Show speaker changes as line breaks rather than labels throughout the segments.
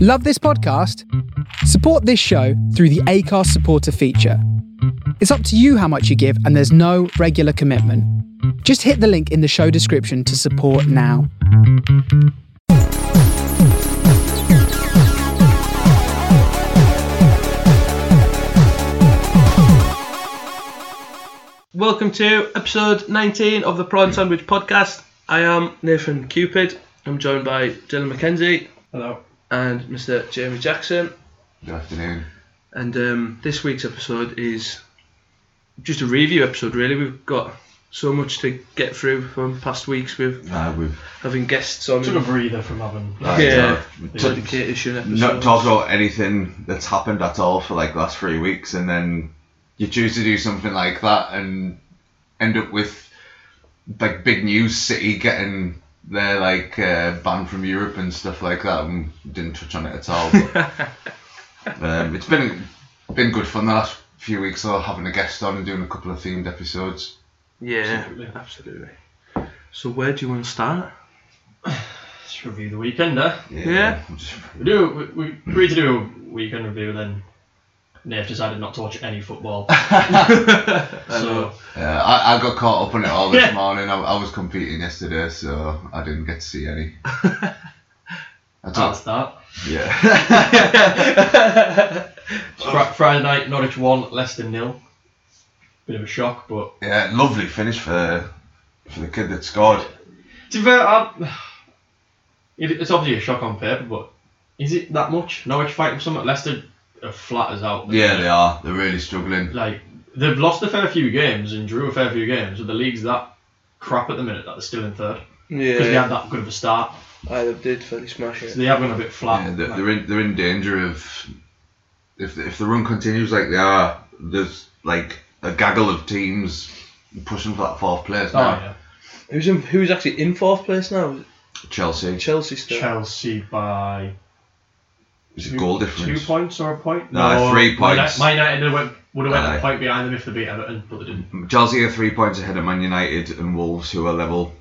Love this podcast? Support this show through the ACARS supporter feature. It's up to you how much you give, and there's no regular commitment. Just hit the link in the show description to support now.
Welcome to episode 19 of the Prawn Sandwich Podcast. I am Nathan Cupid. I'm joined by Dylan McKenzie. Hello. And Mr. Jamie Jackson.
Good afternoon.
And um, this week's episode is just a review episode, really. We've got so much to get through from past weeks with
Uh, we've
having guests on.
took a breather from having.
uh,
yeah,
we've
Yeah.
t-
dedicated to an episode.
not talked about anything that's happened at all for like the last three weeks, and then you choose to do something like that and end up with like big news city getting their like uh, banned from Europe and stuff like that. And didn't touch on it at all. But, um, it's been been good fun the last few weeks, though, having a guest on and doing a couple of themed episodes.
yeah,
Absolutely.
absolutely. So where do you want to start?
Let's review the weekend, eh?
Yeah.
I'm just-
We do. We, we agreed to do a weekend review, then Nate decided not to watch any football. so
Uh, I, I got caught up on it all this
Yeah.
morning. I, I was competing yesterday, so I didn't get to see any. I
that's
don't,
that.
yeah.
Fri- Friday night, Norwich one, Leicester nil. Bit of a shock, but
yeah, lovely finish for for the kid that scored.
to be fair, I, it, it's obviously a shock on paper, but is it that much? Norwich fighting for something. Leicester are flat as out.
Yeah, they are. They're really struggling.
like they've lost a fair few games and drew a fair few games, but the league's that crap at the minute that they're still in third because they had that good of a start.
I did fairly smash
So
it.
they have gone a bit flat.
Yeah, they're,
Like,
they're in they're in danger of if if the run continues like they are, there's like a gaggle of teams pushing for that fourth place
oh
now.
yeah,
Who's in, who's actually in fourth place now?
Chelsea.
Chelsea still.
Chelsea by
Is
two,
it goal
two
difference?
points or a point?
No, three
Man
points.
Uni- Man United went, would have went
Aye.
a point behind them if they beat Everton, but they didn't.
Chelsea are three points ahead of Man United and Wolves, who are level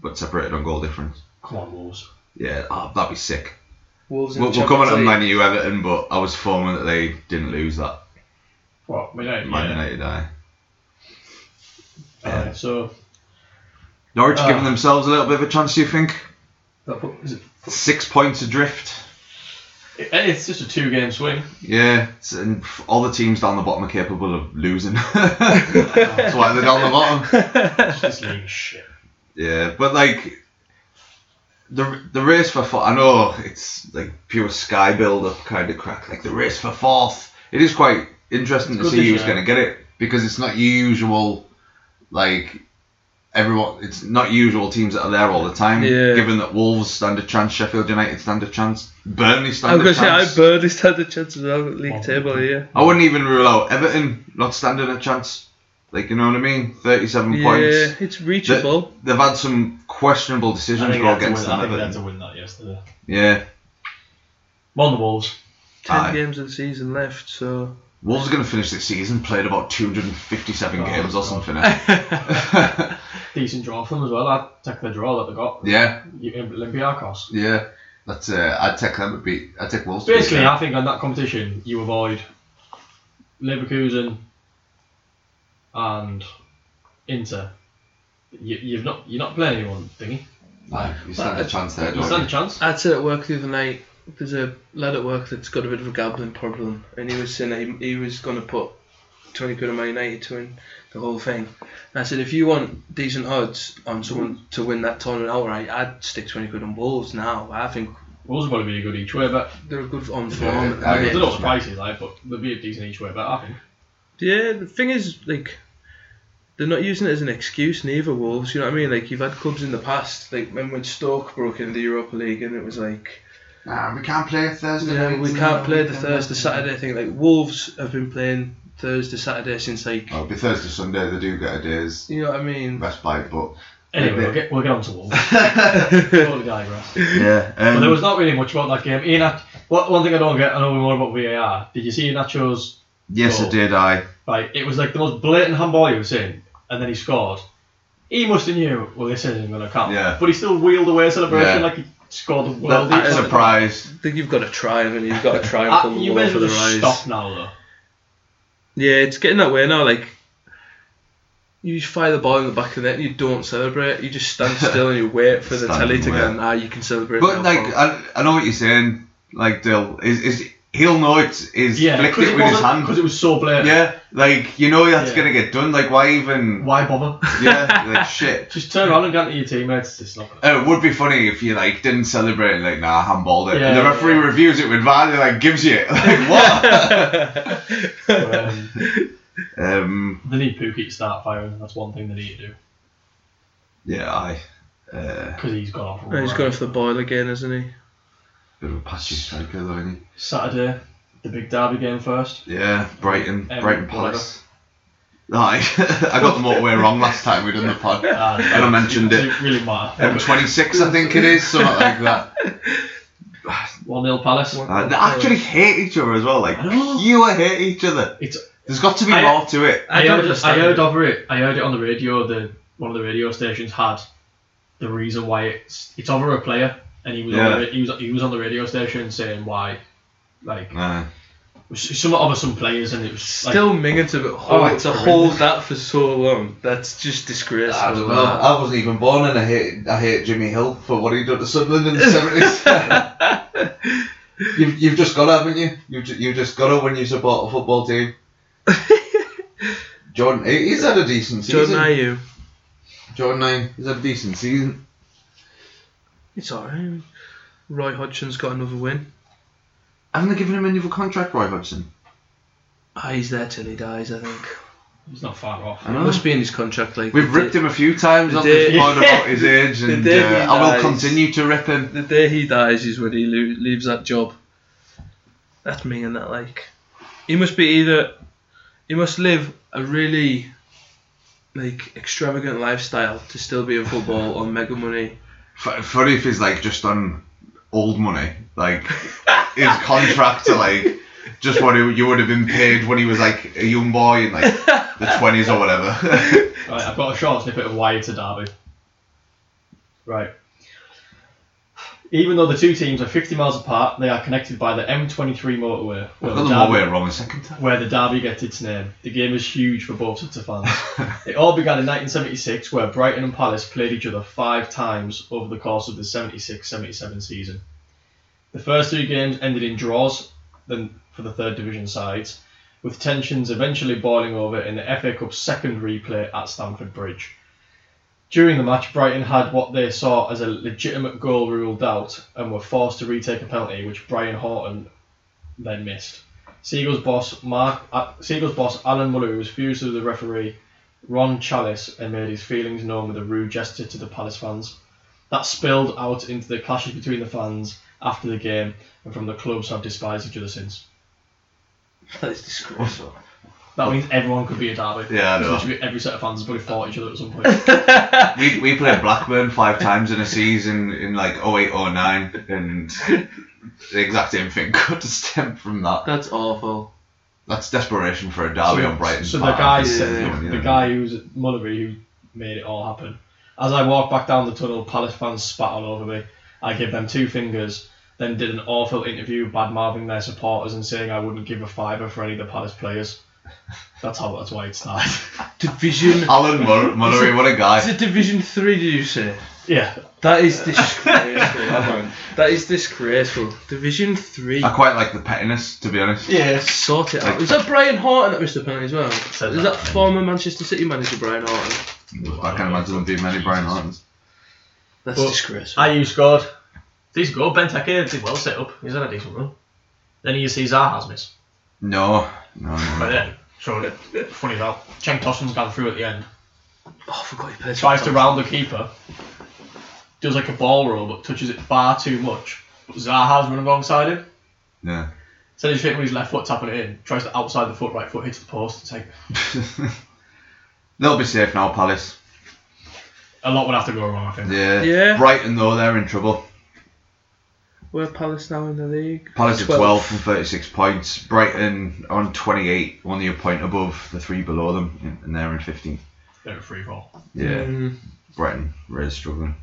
but separated on goal difference.
Come on, Wolves.
Yeah, oh, that'd be sick.
Wolves in
We'll,
the
we'll comment on
Champions
Man
League.
U Everton, but I was forming that they didn't lose that.
What Man United?
Man
yeah.
United, aye.
Aye,
yeah.
so
Norwich
Ah.
giving themselves a little bit of a chance, do you think?
that put, is it,
Six points adrift.
it- it's just a two-game swing.
Yeah, it's- and f- all the teams down the bottom are capable of losing. That's why they're down the bottom.
this league is shit.
Yeah, but like the the race for fourth, I know it's like pure sky build up kind of crack. Like the race for fourth, it is quite interesting
It's good
to see
this
who's
year.
going to get it because it's not your usual like everyone. It's not your usual teams that are there all the time.
Yeah.
Given that Wolves stand a chance, Sheffield United stand a chance, Burnley
I was
stand a
going to say, I
chance.
barely had the chance of the league
Well,
table here.
I wouldn't even rule out Everton not standing a chance. Like you know what I mean? Thirty-seven
Yeah,
points.
it's
They-
reachable.
they've had some questionable decisions
I think,
go
they had to win,
against them.
I think they had
Everton.
to win that yesterday.
Yeah.
Won the Wolves.
Ten
aye.
games of the season left, so
Wolves are going to finish this season played about 257
Oh,
games or
God.
something. eh?
decent draw for them as well. I'd take the draw that they got.
yeah,
You- Olympiacos.
yeah. That's uh, I'd take them to beat. I'd take Wolves. to beat
Basically,
them.
I think on that competition, you avoid Leverkusen and Inter. You, you've not you're not playing anyone thingy.
Aye, you stand a chance there,
You stand a
don't you?
chance.
I'd said at work the other night, there's a lad at work that's got a bit of a gambling problem, and he was saying that he, he was going to put 20 quid on Man United to win the whole thing. And I said, if you want decent odds on someone to win that tournament outright, I'd stick 20 quid on Wolves now. I think
Wolves would probably be a good each way bet.
they're good on form.
Yeah,
at the
I
I
minute.
agree.
don't know what price is like, but they'd be a decent each way bet. I think.
Yeah, the thing is, like, they're not using it as an excuse, neither Wolves. You know what I mean? Like, you've had clubs in the past, like when when Stoke broke into the Europa League, and it was like,
Nah, we can't play Thursday.
yeah,
night,
we
no,
can't play
we
the
can't
Thursday Saturday thing. Like, Wolves have been playing Thursday Saturday since like,
Oh, it'll be Thursday Sunday. They do get a day's
you know what I mean?
rest bite, but
Anyway,
Yeah.
we'll get we'll get on to Wolves. totally digress.
yeah.
But
Um,
there was not really much about that game. Ian, Hat- what one thing I don't get, I know more about VAR. Did you see Nacho's
yes, it
goal.
did. I.
Like it was like the most blatant handball he was in, and then he scored. He must have knew. Well, this isn't going to count.
Yeah.
But he still wheeled away celebration
Yeah.
like he score the
Well,
world.
that surprised.
I think you've got to try, haven't you? You've got to try and
Uh,
pull the
you
wool
better
over the
just
eyes.
stop now, though.
Yeah, it's getting that way now. Like, you just fire the ball in the back of the net and you don't celebrate. You just stand still and you wait for the
Stand
telly
and
to go,
wait.
and, ah, you can celebrate. now,
But like,
pal."
I, I know what you're saying. Like, Dill is is he'll know it's is
Yeah,
flicked
because
it
it
with his
wasn't
hand.
because it was so blatant.
yeah, like you know that's
Yeah.
gonna get done. Like, why even?
Why bother?
Yeah, like shit.
Just turn around and go to your teammates. It's not. Gonna...
Uh, It would be funny if you like didn't celebrate like nah handballed it
Yeah,
and the
yeah,
referee
yeah.
reviews it with VAR and like gives you it like what
Um,
um
they need Pookie to start firing. That's one thing they need to do
yeah I uh
because he's gone off.
And he's gone off the boil again, isn't he?
bit of a patchy striker though isn't
Saturday, the big derby game first.
he yeah Brighton
Um,
Brighton Palace Aye, I got the motorway wrong last time we done the pod and
And
I mentioned it
Doesn't really matter.
M26 I think it is something like that
One 0 Palace.
One-
Uh, they actually hate each other as well like
I know.
pure hate each other
It's.
there's got to be
I-
more to it
I,
don't
heard, I
understand
heard
it.
over it. I heard it on the radio. The one of the radio stations had the reason why it's it's over a player, and he was on
Yeah.
the, ra- he was he was on the radio station saying why, like
Aye.
s- some over some players, and it was like,
Still Mingham's a bit
Oh,
hard
it's
to hold
horrendous.
that for so long. That's just disgraceful.
Ah, I don't know. I wasn't even born, and I hate I hate Jimmy Hill for what he done to Sunderland in the seventies. you've you've just got to, haven't you? You've ju- you've just got to when you support a football team. Jordan, he- he's had a decent season.
Jordan Ayew.
Jordan Ayew, he's had a decent season.
It's alright. Roy Hodgson's got another win.
Haven't they given him another contract, Roy Hodgson?
Ah, he's there till he dies, I think.
it's not far off.
I know.
Must be in his contract. Like
We've ripped him a few times
The
on this
day-
pod about his age,
The
and
day he
uh, I will
dies.
continue to rip him.
The day he dies is when he lo- leaves that job. That's me and that like. He must be either. He must live a really, like, extravagant lifestyle to still be in football on mega money.
F- funny if he's like just on old money, like his contract to like just what he, you would have been paid when he was like a young boy in like the twenties or whatever.
Right, I've got a short snippet of why it's a derby. Right. Even though the two teams are 50 miles apart, they are connected by the M23 motorway,
I
where
got
the,
them all
derby,
way wrong a second time.
where the derby gets its name. The game is huge for both sets of fans. it all began in 1976, where Brighton and Palace played each other five times over the course of the 76-77 season. The first three games ended in draws, then for the third division sides, with tensions eventually boiling over in the FA Cup's second replay at Stamford Bridge. During the match, Brighton had what they saw as a legitimate goal ruled out and were forced to retake a penalty, which Brian Horton then missed. Seagull's boss Mark uh, Seagull's boss Alan Mullew was furious with the referee Ron Chalice and made his feelings known with a rude gesture to the Palace fans. That spilled out into the clashes between the fans after the game, and from the clubs have despised each other since.
That is disgraceful.
That means everyone could be a derby.
Yeah, I know.
Literally every set of fans has probably fought each other at some point.
We, we played Blackburn five times in a season in like 08, 09 and the exact same thing could stem from that.
That's awful.
That's desperation for a derby on Brighton.
so the guy, said-
Yeah,
the guy who's Mullery who made it all happen. As I walked back down the tunnel, Palace fans spat all over me. I gave them two fingers, then did an awful interview bad mouthing their supporters and saying I wouldn't give a fiver for any of the Palace players. That's how. That's why it started.
Division.
Ah.
Alan Mul- Mullery, what a
Is
guy.
it Division Three? Do you say?
yeah,
That is disgraceful. man. That is disgraceful. Division Three.
Ah.
I quite like the pettiness, to be honest.
yeah.
Sort it out. Is that Brian Horton that missed the penalty as well?
Says
is
that.
that former Manchester City manager Brian Horton?
I can imagine there being many Brian Hortons.
That's
But-
disgraceful.
IU scored. Decent goal. Benteke did well set up. He's had a decent run. Then you see Zaha's miss.
No, no, no.
But then, so funny as well. Cheng Toshin's gone through at the end.
Oh, I forgot he played.
tries to
sometimes.
round the keeper, does like a ball roll but touches it far too much. But Zaha's run alongside him.
Yeah.
Sends his foot with his left foot, tapping it in. Tries to outside the foot, right foot hits the post. It's like
They'll be safe now, Palace.
a lot would have to go wrong, I think.
Yeah.
Yeah.
Brighton though, they're in trouble.
We're Palace now in the league.
Palace are
12.
twelve from thirty six points. Brighton are on twenty eight, only a point above the three below them, and- and they're in fifteen.
They're a free fall.
Yeah.
Mm.
Brighton really struggling.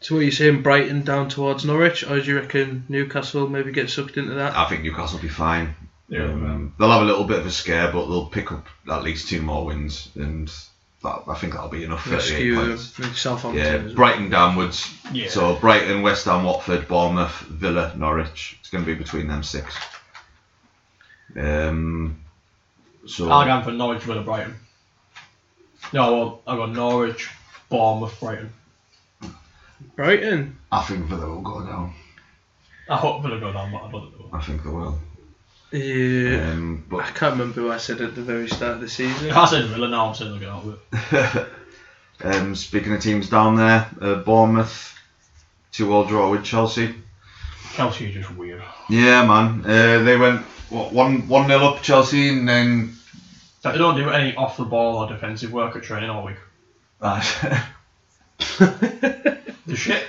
So what are you saying, Brighton down towards Norwich, or do you reckon Newcastle maybe get sucked into that?
I think Newcastle will be fine.
Yeah.
Um, they'll have a little bit of a scare, but they'll pick up at least two more wins, and that, I think that'll be enough.
Rescue
38
them,
points.
Southampton.
Yeah,
as well.
Brighton downwards.
Yeah.
So Brighton, West Ham, Watford, Bournemouth, Villa, Norwich. It's going to be between them six. Um. So
I'll go for Norwich, Villa, Brighton. No, I got Norwich, Bournemouth, Brighton.
Brighton.
I think Villa will go down.
I hope Villa go down, but I don't know.
I think they will.
Yeah.
Um,
I
but
can't remember who I said at the very start of the season.
If I said Villa now, I'm saying they'll get out of it.
um, speaking of teams down there, uh, Bournemouth two all draw with Chelsea.
Kelsey are just weird.
Yeah, man. Uh, they went what one one nil up Chelsea, and then
Like, they don't do any off the ball or defensive work at training all week. The shit.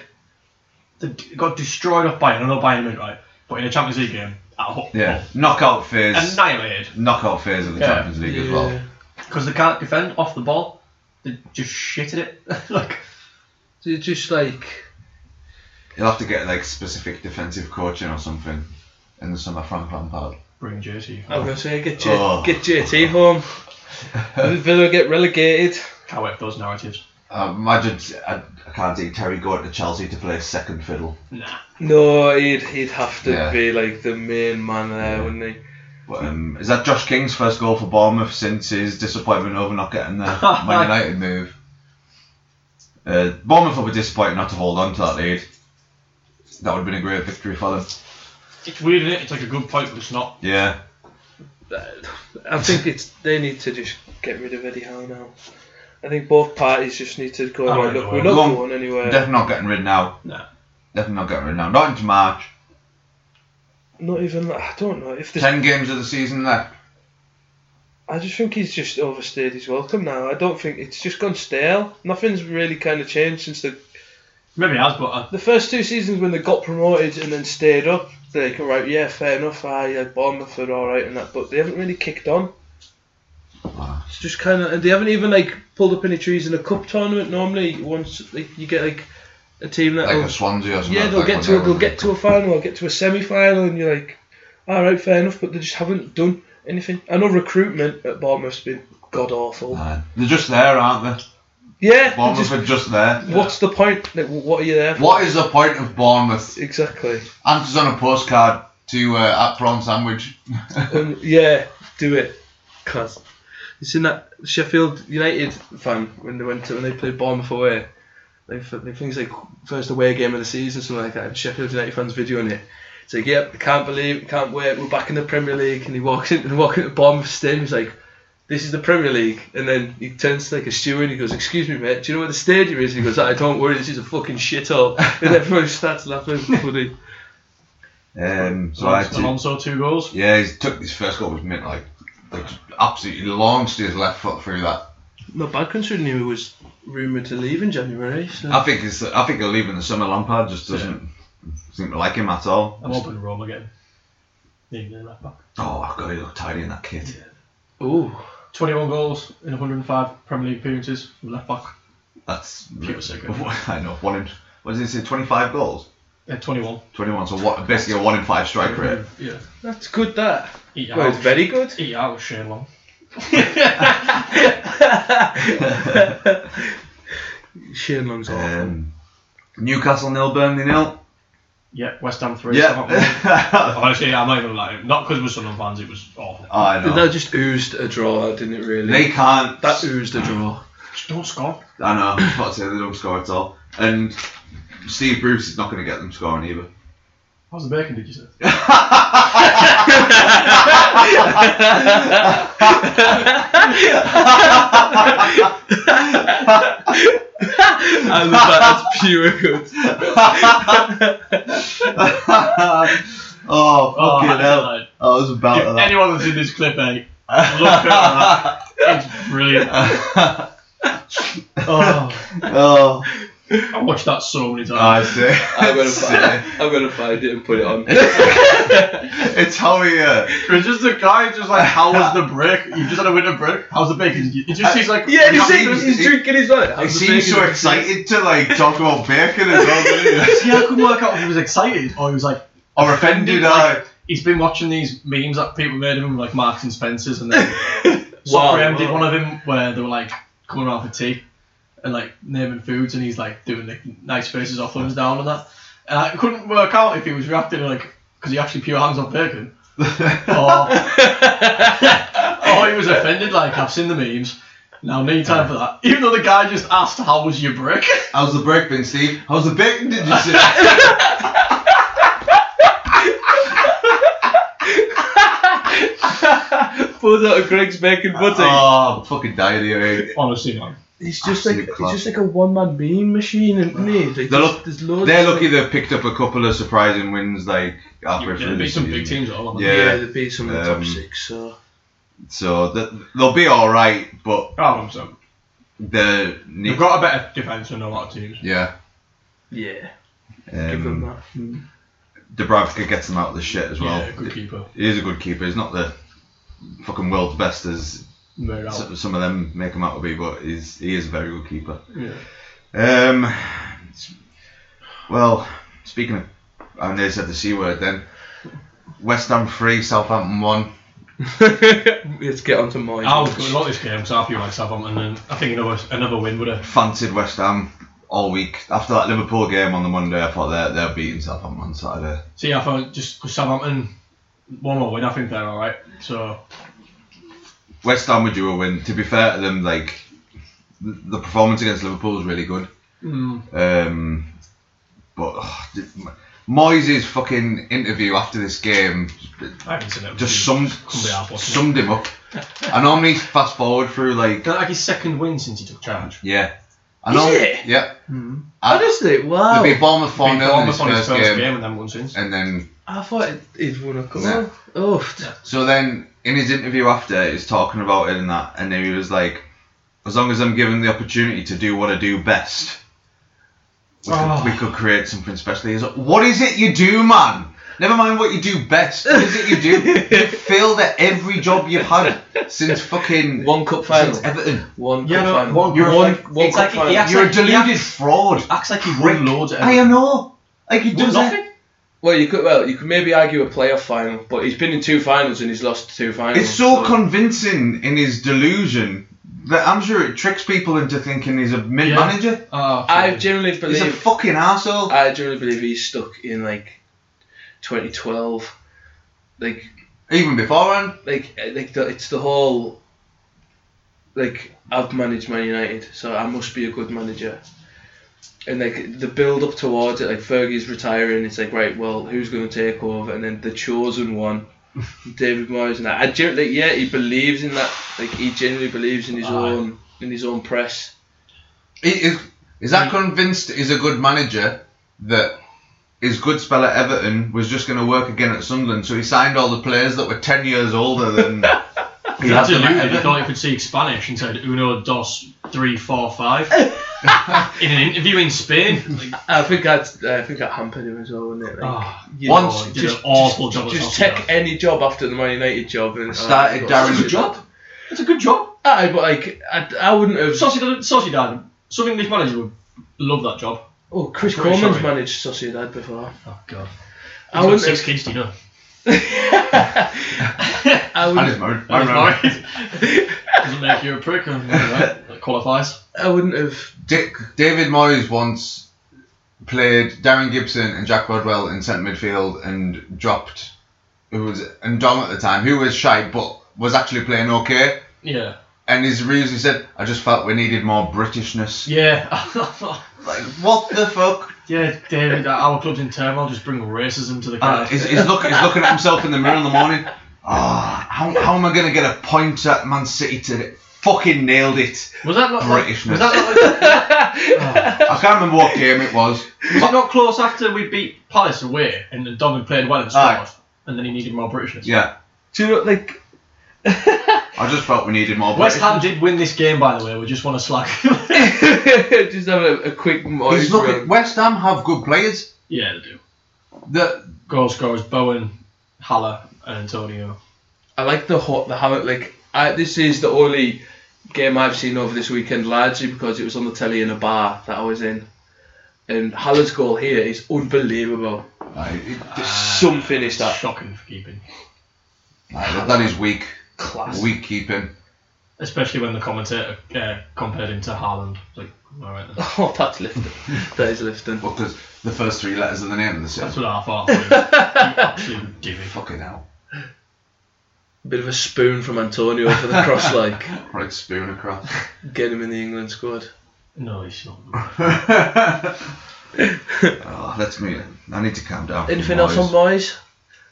They d- got destroyed off Bayern. I know Bayern Munich, right? But in a Champions League game, at home,
yeah, knockout phase,
annihilated
knockout phase of the
Yeah.
Champions League as
Yeah.
well.
because they can't defend off the ball. They just shitted it. like
So it's just like
You'll have to get like specific defensive coaching or something in the summer. Frank Lampard.
bring JT.
I was gonna say, get J-
Oh.
get JT home. Villa get relegated.
Oh, Can't wait for those narratives.
I imagine Um, I, I can't see Terry going to Chelsea to play second fiddle.
Nah.
No, he'd he'd have to
Yeah.
be like the main man there, wouldn't he?
But, um, is that Josh King's first goal for Bournemouth since his disappointment over not getting the Man United move? Uh, Bournemouth will be disappointed not to hold on to that lead. That would have been a great victory for them.
It's weird, isn't it? It's like a good point, but it's not.
Yeah.
I think it's they need to just get rid of Eddie Howe now. I think both parties just need to go.
I don't
Right, look,
know.
we're not
Long-
going anywhere.
Definitely not getting rid now.
Nah.
Definitely not getting rid now. Not into March.
not even. I don't know if there's.
Ten games of the season left.
I just think he's just overstayed his welcome now. I don't think it's just gone stale. Nothing's really kind of changed since the
Maybe it has, but uh, I,
the first two seasons when they got promoted and then stayed up. They go right, yeah, fair enough. I yeah, Bournemouth are all right and that, but they haven't really kicked on. It's just kind of, and they haven't even like pulled up any trees in a cup tournament. Normally, once like, you get like a team that
Like a Swansea or something.
yeah, they'll
like
get
when
to a,
they
they'll
were-
get to a final, or get to a semi final, and you're like, all right, fair enough, but they just haven't done anything. I know recruitment at Bournemouth's been god awful.
Uh, they're just there, aren't they?
Yeah, they're
Bournemouth
just,
are just there.
what's the point? Like, what are you there for?
What is the point of Bournemouth?
Exactly.
Answers on a postcard to uh, at prawn sandwich.
Um, yeah, do it. Class. You seen that Sheffield United fan when they went to when they played Bournemouth away? They f- they things like first away game of the season, something like that. And Sheffield United fans videoing it. It's like, yep, I can't believe, I can't wait. We're back in the Premier League, and he walks in and walking into Bournemouth stadium. He's like, this is the Premier League, and then he turns to like a steward and he goes, excuse me, mate, do you know where the stadium is? And he goes, I don't worry, this is a fucking shithole. And everyone starts laughing. It's funny.
Um, so I had to-
Alonso two goals.
Yeah, he took his first goal was mint like, like absolutely launched his left foot through that.
Not bad considering he was rumoured to leave in January. So.
I think it's I think he'll leave in the summer. Lampard just doesn't seem to like him at all.
I'm hoping Roma again. Need their left back.
Oh god, he looked tidy in that kit.
Ooh.
21 goals in 105 Premier League appearances from left back.
That's
Pure second.
I know one in what did he say? Twenty five goals,
Yeah, 21.
twenty one. So what? Basically a one in five strike rate.
Yeah.
That's good, that.
Eat
Well, it's
out.
very good.
Eat out with Shane Long.
Shane Long's
Um, Newcastle nil, Burnley nil.
Yeah, West Ham 3. Southampton one.
Yeah.
Honestly, I'm not even lying. Not because we're Sunderland fans, it was awful.
Oh, I know.
That just oozed a draw, didn't it, really?
They can't.
that oozed a draw.
Just don't score.
I know. I was about to say they don't score at all. And Steve Bruce is not going to get them scoring either.
How's the bacon, did you say?
And that's pure good.
Oh,
Oh,
fucking
I
hell. Oh,
know.
I was about to
If
that.
anyone that's in this clip, eh, look at that. It's brilliant. Oh,
Oh,
I watched that so many times.
I see.
I'm gonna
See?
find, I'm gonna find it and put it on.
It's how he. Uh,
It's just the guy, just like, how was the break? You just had a winter break. How's the bacon? You just he's like,
yeah,
he's-
he's, he's,
he's-
drinking his own.
he seemed so excited to like talk about bacon as well, didn't he?
See, I couldn't work out if he was excited or he was like,
Or offended. I.
he's been watching these memes that people made of him, like Marks and Spencers, and then
Wow.
Soccer did one of them where they were like coming around for tea and like naming foods, and he's like doing like nice faces or thumbs down and that. And I couldn't work out if he was reacting like because he actually pure hands on bacon, or, or he was offended. Like I've seen the memes. Now, no time for that. Even though the guy just asked, "How was your break?"
How's the break been, Steve? How's the bacon? Did you see?
Pulls out of Greg's bacon butty.
Oh, fucking diarrhea. eh?
Honestly, man.
he's just like
absolute
he's
class.
just like a one man bean machine, isn't he? Like,
They're,
there's-
luck-
there's loads
they're
of-
lucky they've picked up a couple of surprising wins like halfway
Yeah,
through the
beat some
season.
big teams, all of them.
Yeah,
Yeah.
they beat some of the
Um,
top six. So
So th- they'll be all right, but
Oh, I'm sorry.
they need.
They've got a better defense than a lot of teams.
yeah.
yeah, give them
Um,
that.
Dubravka gets them out of the shit as well.
yeah, good keeper.
he is a good keeper. He's not the fucking world's best as
Morale.
s- some of them make him out to be, but he's he is a very good keeper.
yeah.
Um, s- well, speaking of, and they said the c word then. West Ham three, Southampton one.
Let's get on to mine.
I was going to like this game because I feel like Southampton, and I think another another win would have.
Fancied West Ham all week after that Liverpool game on the Monday. I thought they're they're beating Southampton on Saturday.
See, I thought just because Southampton one more win, I think they're all right. So
West Ham would do a win. To be fair to them, like th- the performance against Liverpool was really good. Um, but ugh, th- Moyes' fucking interview after this game
I haven't seen it.
just summed
Couldn't be half watching
summed him up. I normally fast forward through like
it. like his second win since he took charge.
yeah. I
Is
norm-
it? Oh.
Yeah.
Honestly, wow.
They beat Bournemouth four 0 in his
Bournemouth on his
first game,
and then one since.
and then
I thought he'd won a couple.
Nah.
Oh,
so then in his interview after he's talking about it and that, and then he was like, as long as I'm given the opportunity to do what I do best, we,
Oh.
could, we could create something special. He's like, what is it you do, man? Never mind what you do best. What is it you do? you failed at every job you've had since fucking
one cup final.
since Everton.
One
Yeah,
cup
no,
final.
one-
You're
one-
like- one
it's
cup
like he
final.
acts-
You're a
like he
deluded
acts-
fraud.
Acts like he won loads. At
I know. Like he does
nothing.
it.
Well, you could well, you could maybe argue a playoff final, but he's been in two finals and he's lost two finals.
It's so convincing in his delusion that I'm sure it tricks people into thinking he's a mid manager.
Oh,
I generally
He's a
believe
fucking asshole.
I generally believe he's stuck in like 2012, like
Even beforehand,
like eh, like the, it's the whole like I've managed Man United, so I must be a good manager. And like the build up towards it, like Fergie's retiring, it's like right, well, who's going to take over? And then the chosen one, David Moyes, and that. I gen- like yeah, he believes in that. Like he genuinely believes in his
Aye.
own in his own press.
he is, is that convinced he's a good manager that his good spell at Everton was just going to work again at Sunderland? So he signed all the players that were 10 years older than. he had
That's
them
deluded.
at
You
Everton.
thought you could speak Spanish and said uno, dos, three, four, five in an interview in Spain. Like,
I think that I think that hampered him as well, wasn't it? Like,
oh,
Once-
did
just,
an awful
just,
job. at
just
Chelsea,
take any job after the Man United job and
Started
Oh,
Darren's
shit.
job.
It's a good job.
Aye, but like I, I wouldn't have.
Sociedad, Sociedad, some English manager would love that job.
oh, Chris
pretty
Coleman's
sure he-
managed Sociedad before.
Oh god.
I wouldn't.
six
Have,
kids, do you know?
I
And
wouldn't.
he's married.
I'm
Married.
married. Doesn't make you a prick. or anything like That That qualifies.
I wouldn't have.
Dick, David Moyes once played Darren Gibson and Jack Rodwell in centre midfield and dropped who was and Dom at the time, who was shy but was actually playing okay.
Yeah.
And his reason he said, I just felt we needed more Britishness.
Yeah.
Like what the fuck?
yeah, David. Our club's in turmoil. Just bring racism to the
Uh,
club.
he's, he's, look, he's looking at himself in the mirror in the morning. Ah, how, how am I gonna get a point at Man City today? Fucking nailed it.
was that not
Britishness. Ah,
Was that not,
I can't remember what game it was.
was it not close after we beat Palace away and then Domin played well and scored,
Aye.
and then he needed more Britishness?
Yeah.
Do you know like?
I just felt we needed more.
West
British-
Ham did win this game, by the way. We just want to slack.
Just having a, a quick
He's
noise
looking,
run.
West Ham have good players.
yeah, they do.
That
Goal scorers Bowen, Haller, and Antonio.
I like the hot, the hammock. Like I, this is the only game I've seen over this weekend, largely because it was on the telly in a bar that I was in. And Haller's goal here is unbelievable.
Aye, it-
There's something is that.
Shocking for keeping.
aye, that- that is weak.
Class.
Weak keeping.
Especially when the commentator uh, compared him to Haaland. It's like, alright then.
Oh, that's lifting. that is lifting.
Well, because the first three letters of the name of the city.
That's what I thought. Like, you absolute divvy.
Fucking hell.
Bit of a spoon from Antonio for the cross, like
Right spoon across.
get him in the England squad.
No, he's not.
oh, let's move. Oh, I need to calm down.
Anything
Boys.
else on boys?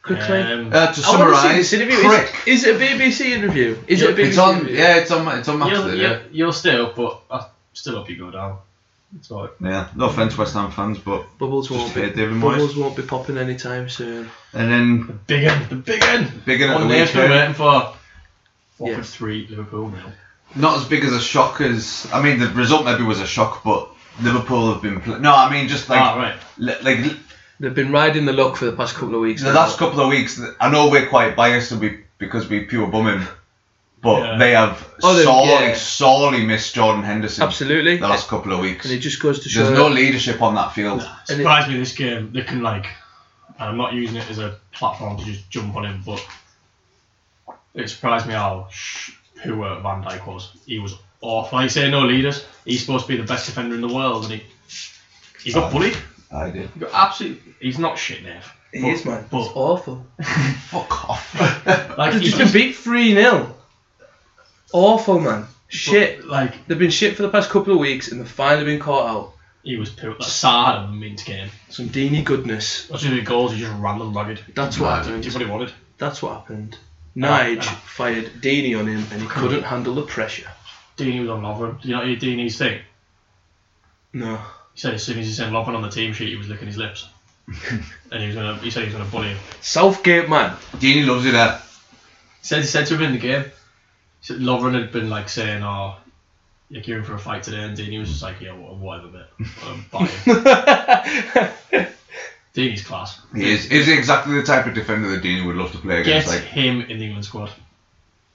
Quickly.
Um,
Uh,
I want
to
to see
summarise,
this interview.
prick.
Is, is it a BBC interview? Is it a BBC
It's on.
interview?
Yeah, it's on. It's on match
you'll,
Day,
you'll, you'll stay up, but I still hope you go down. It's alright.
Yeah. yeah. No offense, West Ham fans, but
Bubbles
Just
won't be.
hate David Moyes.
Bubbles won't be popping anytime soon.
and then
Big end, the big end.
big in at the
One name's
eh?
been
weekend.
waiting for. Watford
Yeah.
three, Liverpool nil.
Not as big as a shock as. I mean, the result maybe was a shock, but Liverpool have been. Pl- no, I mean just like
Ah, right.
li- like
They've been riding the luck for the past couple of weeks.
the
now.
last couple of weeks. I know we're quite biased, and we because we pure bumming, but
Yeah.
they have
Oh, they-
sorely,
yeah.
sorely missed Jordan Henderson.
Absolutely.
The last couple of weeks.
And it just uh, goes to show.
There's no leadership on that field.
And it-
Surprised me this game. They can like, and I'm not using it as a platform to just jump on him, but it surprised me how sh- poor Van Dijk was. He was awful. Like you say, no leaders. He's supposed to be the best defender in the world, and he he got bullied.
I did.
He got absolutely. He's not shit, Nave.
He is, man.
But-
it's awful.
Fuck off.
Like
They've
he's
just been beat 3 0. Awful, man. Shit.
Like
They've been shit for the past couple of weeks and they've finally been caught out.
he was poor. Like Saar had a mint game.
Some Dini goodness.
Watching the goals, he just ran them ragged.
That's what
Right.
Did
happened.
what he wanted.
That's what happened. Nige
Ah,
fired Dini on him and he couldn't handle the pressure.
Deeney was on Lovren. Did you not hear Deeney's thing?
No.
He said as soon as he said Lovren on the team sheet, he was licking his lips. and he was gonna, he said he was gonna bully him.
Southgate, man.
Deeney loves it eh? there.
He said he said to him in the game, he said Lovren had been like saying, "Oh, you're in for a fight today," and Deeney was just like, "Yeah, wha- whatever, mate. I'm buying." Deeney's class.
He is. He's exactly the type of defender that Deeney would love to play
Get
against. Like,
him in the England squad.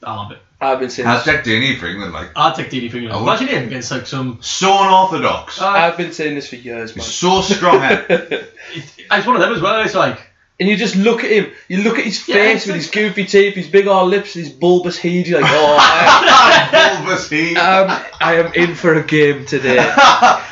I love it.
I've been saying this.
hashtag Deeney for England. Like,
I'd take Deeney for England.
I would.
Imagine him against like some.
so unorthodox.
I've been saying this for years, man.
so strong head.
It, it's one of them as well. It's like
And you just look at him. You look at his
Yeah,
face
it's
with
like-
his goofy teeth, his big old lips, his bulbous head. You're like, oh, I
Bulbous he.
am, I am in for a game today.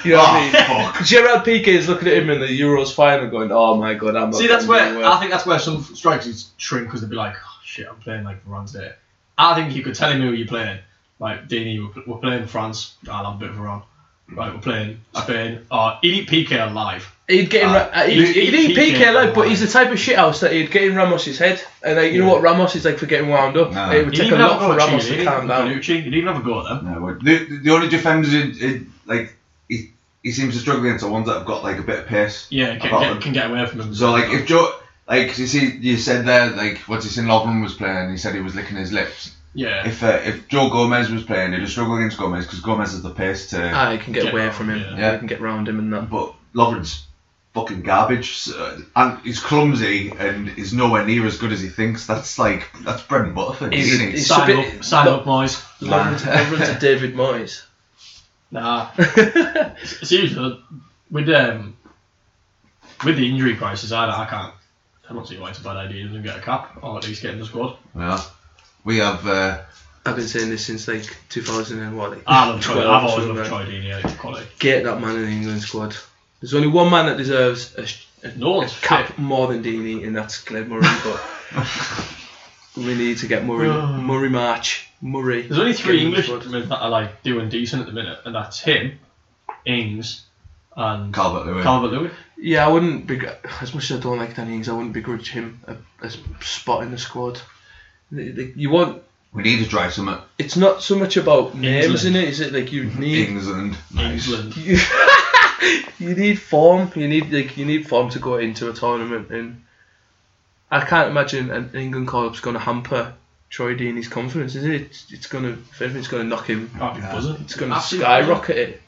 You know what I mean?
oh, fuck.
Gerard Piqué is looking at him in the Euros final, going, "Oh my god, I'm." not
See, that's
going
where
uh,
anywhere."
I think that's where some strikers would shrink because they'd be like, oh, "Shit, I'm playing like Varane today." I think you could tell him who you're playing. Like Dini, we're, we're playing France. I'll have a bit of Varane. Right, we're playing Spain. Uh, he'd eat PK alive.
he'd get in. Ra- uh,
Ah.
he'd,
He'd-
he'd
he'd
eat Piqué
Piqué
like, but
alive.
he's the type of shithouse that he'd get in Ramos's head, and like, you know what, Ramos is like for getting wound up.
No.
It would
He'd
take a
even have
lot
a go
for
at
Ramos
Chile.
to calm down.
He'd even have a go at them.
No, wait. the, the only defenders in, in like he, he seems to struggle against are ones that have got like a bit of pace.
Yeah, can
about
get,
them.
can get away from them.
So like if Joe, like 'cause you see, you said there like what's he saying? Lovren was playing. He said he was licking his lips.
yeah,
If uh, if Joe Gomez was playing, he'd struggle against Gomez because Gomez has the pace to.
I Ah, can get,
Get
away
round,
from him.
yeah.
Yeah.
Yeah.
I can get round him and that.
But Lovren's fucking garbage, so, and he's clumsy and is nowhere near as good as he thinks. That's like that's bread and butter for
He's-
Deeney.
he's-
sign
it's a bit-
up, sign
look-
up, boys.
Lovren to, Lovren to David Moyes.
Nah, seriously, with um, with the injury crisis, I, I can't. I don't see why it's a bad idea to get a cap or at least get in the squad.
Yeah. We have uh,
I've been saying this since like 2000 and what? Like,
I love Troy.
12
I've
or
always
something
loved
like
Troy Deeney. I call it.
get that man in the England squad. There's only one man that deserves a, sh- a
No one's
cap
fit.
more than Deeney, and that's Glenn Murray. But we need to get Murray, Murray March, Murray.
There's only three
Get in the
English
squad.
men that are like doing decent at the minute, and that's him, Ings, and
Calvert Lewin.
Calvert Lewin.
Yeah, I wouldn't be as much as I don't like Danny Ings. I wouldn't begrudge him a, a spot in the squad. The- the- You want.
we need to try some at
It's not so much about names in
England. Mm-hmm.
it, is it? Like you need.
England.
England.
You, you need form. You need like you need form to go into a tournament, and I can't imagine an England call up's going to hamper Troy Deeney's confidence, is it? It's, it's gonna, if anything's gonna knock him,
I'd be
Yeah.
buzzing.
it's gonna
Absolutely
skyrocket it.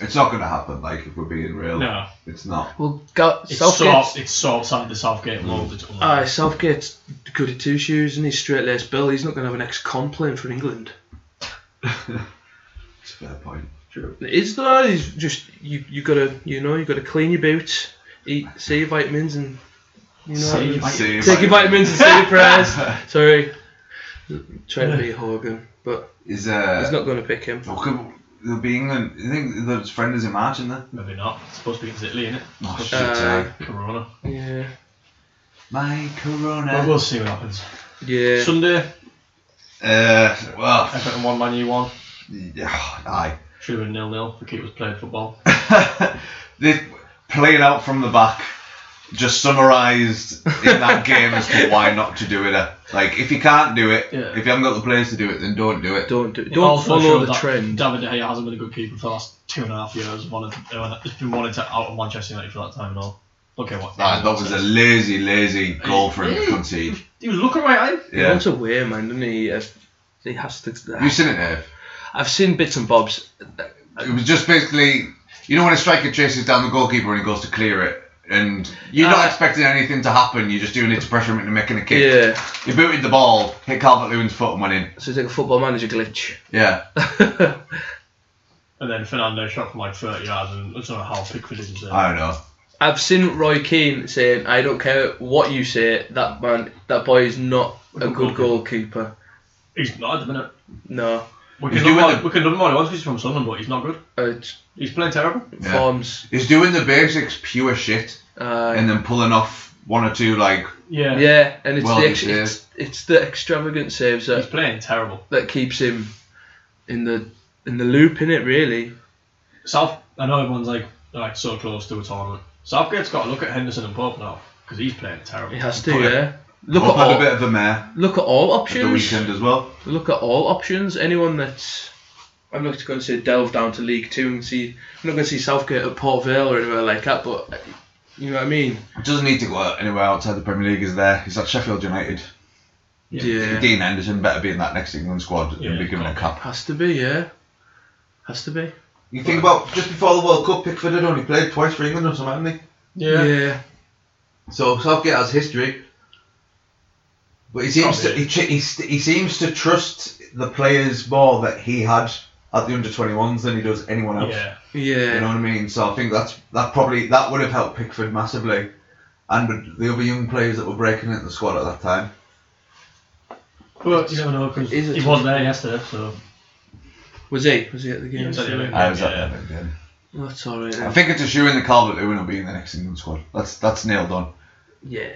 It's not going to happen, like, if we're being real.
buzzing. No,
It's not.
Well, Ga-
it's
Southgate's
South. It's South. South the Southgate mold. It's all
Mm. Aye, Southgate's good at two shoes and he's straight laced Bill. He's not going to have an ex con playing for England.
It's a fair point.
True. It is though. He's just you. You gotta. You know. You gotta clean your boots. Eat. Say your vitamins and. You know. what I
Say your
mean?
vit-
Same,
Take your
like,
vitamins and say your prayers. Sorry. Trying to be a Hogan, but
Is, uh,
he's not going to pick him.
Okay, it'll be England. I think the friend is in March, isn't there?
Maybe not. It's supposed to be against Italy, isn't it?
Oh, shit,
Uh,
Corona.
Yeah.
My corona.
But we'll see what happens.
Yeah.
Sunday,
Uh, well,
Everton one, Man U one.
yeah, aye.
Should have been nil nil. The keeper's played football.
They, playing out from the back just summarised in that game as to why not to do it. Uh, Like, if you can't do it,
Yeah.
if you haven't got the players to do it, then don't do it.
don't do.
It
Don't
also
follow
shows
the
that
trend.
David De Gea hasn't been a good keeper for the last two and a half years. Wanted, uh, he's been wanted to out of Manchester United for that time and all. Look at what.
That, that was a lazy, lazy goal for him to concede.
He was looking right eh? at him.
He
Yeah.
wants away, man, doesn't he? Uh, He has to.
Have you seen it, uh, Dave?
I've seen bits and bobs.
It was just basically, you know, when a striker chases down the goalkeeper and he goes to clear it, and you're
Ah.
not expecting anything to happen. You're just doing it to pressure him into making a kick.
Yeah.
He booted the ball, hit Calvert Lewin's foot, and went in.
So it's like a football manager glitch.
Yeah.
And then Fernando shot from like 30 yards, and I don't know how Pickford is there.
I don't know.
I've seen Roy Keane saying, "I don't care what you say, that man, that boy is not a good goalkeeper."
He's not at the minute.
No,
We
He's
can, love him,
doing
all-
the-
we can love him all he wants. He's from Sunderland, but he's not good.
Uh, it's
He's playing terrible.
Yeah.
forms.
He's doing the basics, pure shit,
Uh,
and then pulling off one or two like
Yeah.
yeah, and it's
Well,
the ex-
yeah.
it's, it's the extravagant saves
He's
that,
playing terrible.
that keeps him in the in the loop in it really.
South, I know everyone's like, like so close to a tournament. Southgate's got to look at Henderson and Pope now because he's playing terrible.
He has to,
Put it-
yeah. Look at
up had a
all,
bit of a mare
look at all
at the
options.
weekend as well.
Look at all options. Anyone that's I'm not going to say delve down to League Two and see. I'm not going to see Southgate at Port Vale or anywhere like that, but uh, you know what I mean.
Doesn't need to go out anywhere outside the Premier League. Is there? He's at Sheffield United.
Yeah.
yeah.
Dean Henderson better be in that next England squad
Yeah.
and be given a cap.
Has to be, yeah. Has to be.
You think about just before the World Cup, Pickford had only played twice for England or something, hadn't he?
Yeah.
So Southgate has history, but he seems to he, ch- he, st- he seems to trust the players more that he had at the under 21s than he does anyone else.
Yeah.
Yeah.
You know what I mean? So I think that's that probably that would have helped Pickford massively, and with the other young players that were breaking into the squad at that time.
But you never know because
It is a
he
tough-
was there yesterday, so
Was he? Was he at the game?
Yeah, was at the
yesterday?
game.
I was at
Yeah.
that game.
That's alright.
I
then.
think it's a shoe in the Calvert Lewin will be in the next England squad. That's that's nailed on.
Yeah.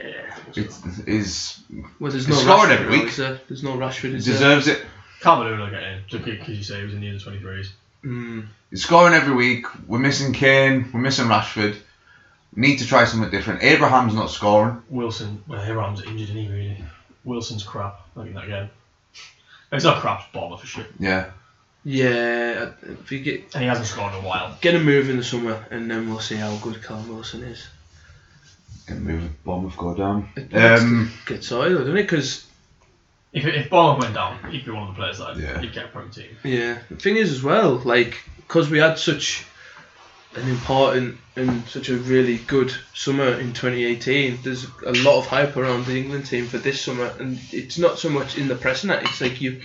It's is
Well, there's
He's
no
scoring
Rashford,
every
though,
week.
is there? There's no Rashford. Is there?
deserves it.
Calvert Lewin will get in because you say he was in the under 23s.
Mm.
He's scoring every week. We're missing Kane. We're missing Rashford. We need to try something different. Abraham's not scoring.
Wilson, well, Hiram's injured, isn't he, really? Wilson's crap. I think that game. It's not crap, it's baller for sure.
Yeah.
Yeah. If you get
And he hasn't scored in a while.
get a move in the summer, and then we'll see how good Callum Wilson is.
Can move Bournemouth go down.
It
Um,
Gets sorry though, doesn't it? Because
If, if Bournemouth went down, he'd be one of the players that
Yeah.
he'd get a Premier team.
yeah, the thing is as well, like because we had such an important and such a really good summer in 2018. There's a lot of hype around the England team for this summer, and it's not so much in the press and that. It's like you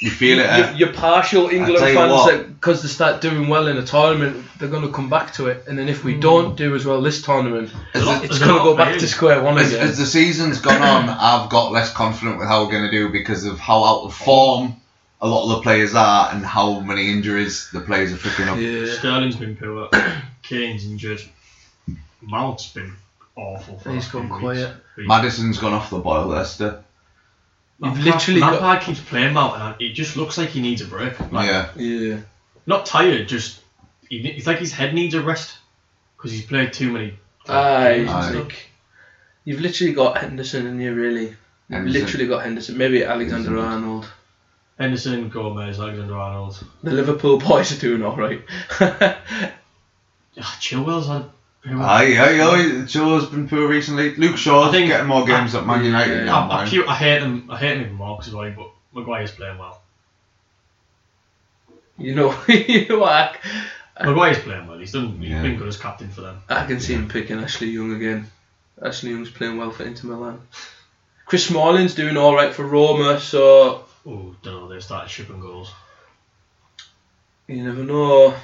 you feel it.
your,
eh?
your partial England
tell you
fans
what.
that because they start doing well in a tournament, they're going to come back to it. And then if we don't do as well this tournament,
As, the,
it's
There's a
going to
lot
go
of
back
players.
to square one
as,
again.
as the season's gone on, I've got less confident with how we're going to do because of how out of form a lot of the players are and how many injuries the players are picking up.
yeah,
Sterling's been poor. Kane's injured. Mount's been awful. For
he's
the last
gone
few weeks.
quiet.
He's-
Madison's gone off the boil, Leicester.
You've
Lampard-
literally got-
Lampard keeps playing Mount, and it just looks like he needs a break. Like,
Yeah.
Yeah,
Not tired, just he, ne- it's like his head needs a rest because he's played too many.
Ah, aye.
Aye.
Like, you've literally got Henderson in you, really. You've
Henderson.
literally got Henderson. Maybe Alexander
Henderson.
Arnold.
Henderson, Gomez, Alexander Arnold.
The Liverpool boys are doing all right.
Ugh, Ah, Chilwell's had Who-
Aye, aye, aye. Shaw's been poor recently. Luke Shaw's
I think-
getting more games at Man United.
Yeah,
than
I, I,
mine.
keep- I hate him. I hate him even more because of him, but Maguire's playing well.
You know, you know what? I,
Maguire's playing well. He's done. He's
Yeah.
been good as captain for them.
I can see him picking Ashley Young again. Ashley Young's playing well for Inter Milan. Chris Smalling's doing all right for Roma, so
Oh, don't know. They started shipping goals.
you never know.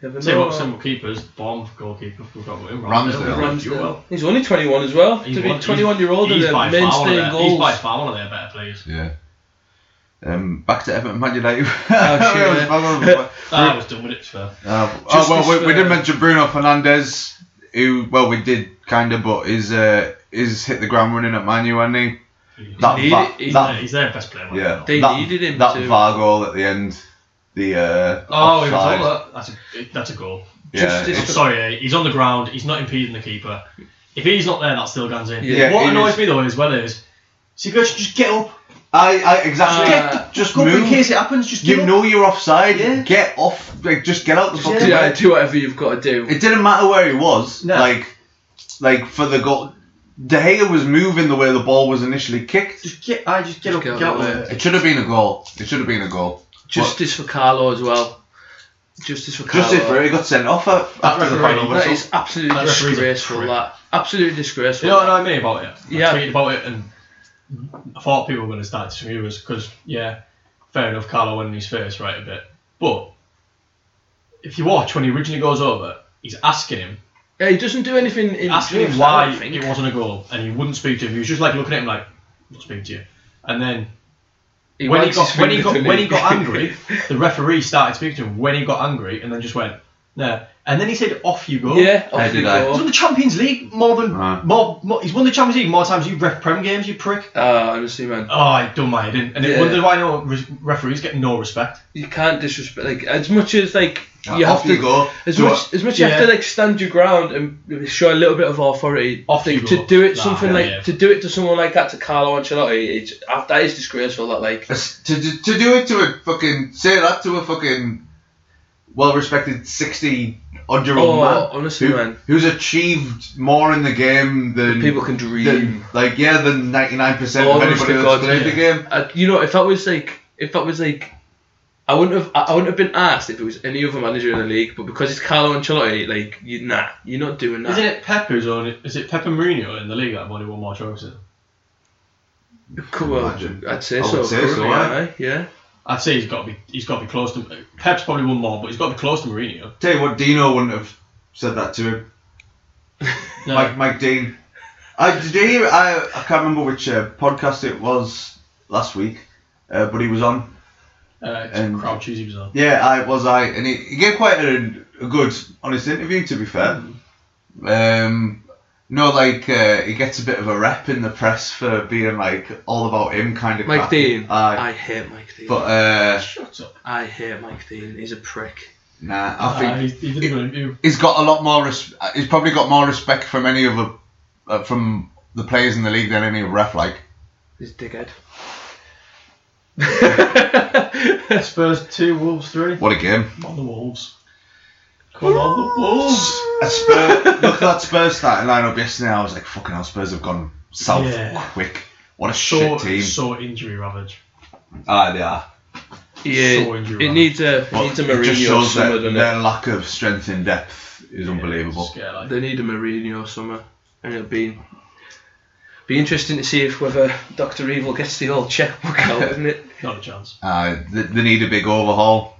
You never
Say
know.
what, some keepers, bomb goalkeeper, forgot what him.
Ramsdale.
Ramsdale.
Ramsdale. He's only 21 as well.
He's
to
one-
be 21 year old and
he's
a
by far one of
mainstay in
their- He's by
goals.
far one of their better players.
Yeah. Um, back to Everton Man United.
Oh, shit.
We was following- uh,
I was done with it. So.
oh, well,
this uh,
we, we
for-
did mention Bruno Fernandez, who, well, we did kind of, but is uh, is hit the ground running at Man U, hasn't he? That,
He-
va-
he-
Yeah,
that,
he's their best player. right
yeah,
now.
They
that,
needed him
that
to-
VAR goal at the end. The uh,
Oh, he was
offside.
all that. That's a, that's a goal.
Yeah,
Justice
it-
I'm sorry, eh, he's on the ground. He's not impeding the keeper. If he's not there, that still guns in.
Yeah,
what
it
annoys
is.
me though as well is, Sigurdsson just get up.
I, I exactly.
Uh,
Get- just
move.
go in case it happens. Just
you
get up.
know you're offside.
Yeah.
Get off. Like, just get out the fucking
Yeah,
way.
do whatever you've got to do.
It didn't matter where he was.
No.
Like, like for the goal, De Gea was moving the way the ball was initially kicked.
Just get. I just get
Just
up.
get
Get,
out
out
of
of
there.
there.
It should have been a goal. It should have been a goal.
Justice for Carlo as well. Justice for Carlo.
Just if he got sent off at, after the final
That
whistle.
is absolutely
That referee's a
disgraceful.
prick.
That absolutely disgraceful.
You know what I mean about it? I
Yeah.
tweeted about it and I thought people were going to start to smear us because, yeah, fair enough, Carlo went in his face right a bit. But if you watch when he originally goes over, he's asking him,
Yeah, he doesn't do anything. In
asking him
games, I
why
don't think.
it wasn't a goal and he wouldn't speak to him. He was just like looking at him like, I'm not speaking to you. And then
He
when he
wags his
got when he
finger,
got
doesn't
when he got angry, the referee started speaking to him when he got angry and then just went, no. And then he said, off you go.
yeah,
How
off
did
you
I?
He's won
go.
the Champions League more than
Right.
more, more. He's won the Champions League more times than you ref prem games, you prick.
Ah, honestly, man,
Oh, I don't mind. And, and
Yeah.
it wonder why no re- referees get no respect.
you can't disrespect. Like as much as like
Yeah,
you
Ah, off
have
you
to
go.
As
Do
much as much you have to
Yeah.
like stand your ground and show a little bit of authority.
Off you
Like, to
go.
do it
Nah,
something
yeah,
like
yeah.
to do it to someone like that to Carlo Ancelotti, it's, ah, that is disgraceful. That like
It's- To, to, to do it to a fucking say that to a fucking well-respected sixty odd year old
Oh,
man,
honestly,
who-
man.
who's achieved more in the game than
people can dream.
than, like yeah, than ninety nine percent
Oh,
of
honest
anybody
to
that's
God,
played the game.
I, you know, if that was like, if that was like, I wouldn't have, I I wouldn't have been asked if it was any other manager in the league, but because it's Carlo Ancelotti, like, you, nah, you're not doing that.
Isn't it Pep who's only? Is it Pep and Mourinho in the league that have only won more trophies? than?
Cool, well,
Imagine.
I'd say
I would
so.
say
currently,
so, aye.
aye, Yeah.
I'd say he's got to be. He's got to be close to. Pep's probably won more, but he's got to be close to Mourinho.
Tell you what, Dino wouldn't have said that to him.
No,
Mike, Mike Dean. I did you hear? I I can't remember which uh, podcast it was last week, uh, but he was on.
uh,
and-
it's crowd cheesy bizarre.
Yeah, I was I, and he, he gave quite a, a good, honest interview. To be fair, um, no, like uh, he gets a bit of a rep in the press for being like all about him kind of.
Mike
crap.
Dean.
Aye,
I hate Mike Dean.
but uh,
Shut up.
I hate Mike Dean. He's a prick.
nah, I
Ah,
think
he, he didn't even interview.
he's got a lot more. Res- uh, he's probably got more respect from any of the uh, from the players in the league than any ref. Like,
He's a dickhead.
Spurs two, Wolves three.
what a game!
Come on the Wolves. Come on the Wolves.
A Spurs, look at that Spurs starting lineup yesterday. I was like, fucking hell, Spurs have gone south
Yeah.
quick. What a
So
shit team.
so injury ravaged.
Ah, they are.
Yeah,
So injury
it
rife.
needs a it
Well,
needs a
it just
Mourinho
shows
summer,
that
doesn't
their
it?
lack of strength in depth is unbelievable.
Scare, like.
They need a Mourinho summer, and it'll be be interesting to see if whether Doctor Evil gets the old checkbook out, isn't it?
Not a chance.
Uh, they, they need a big overhaul.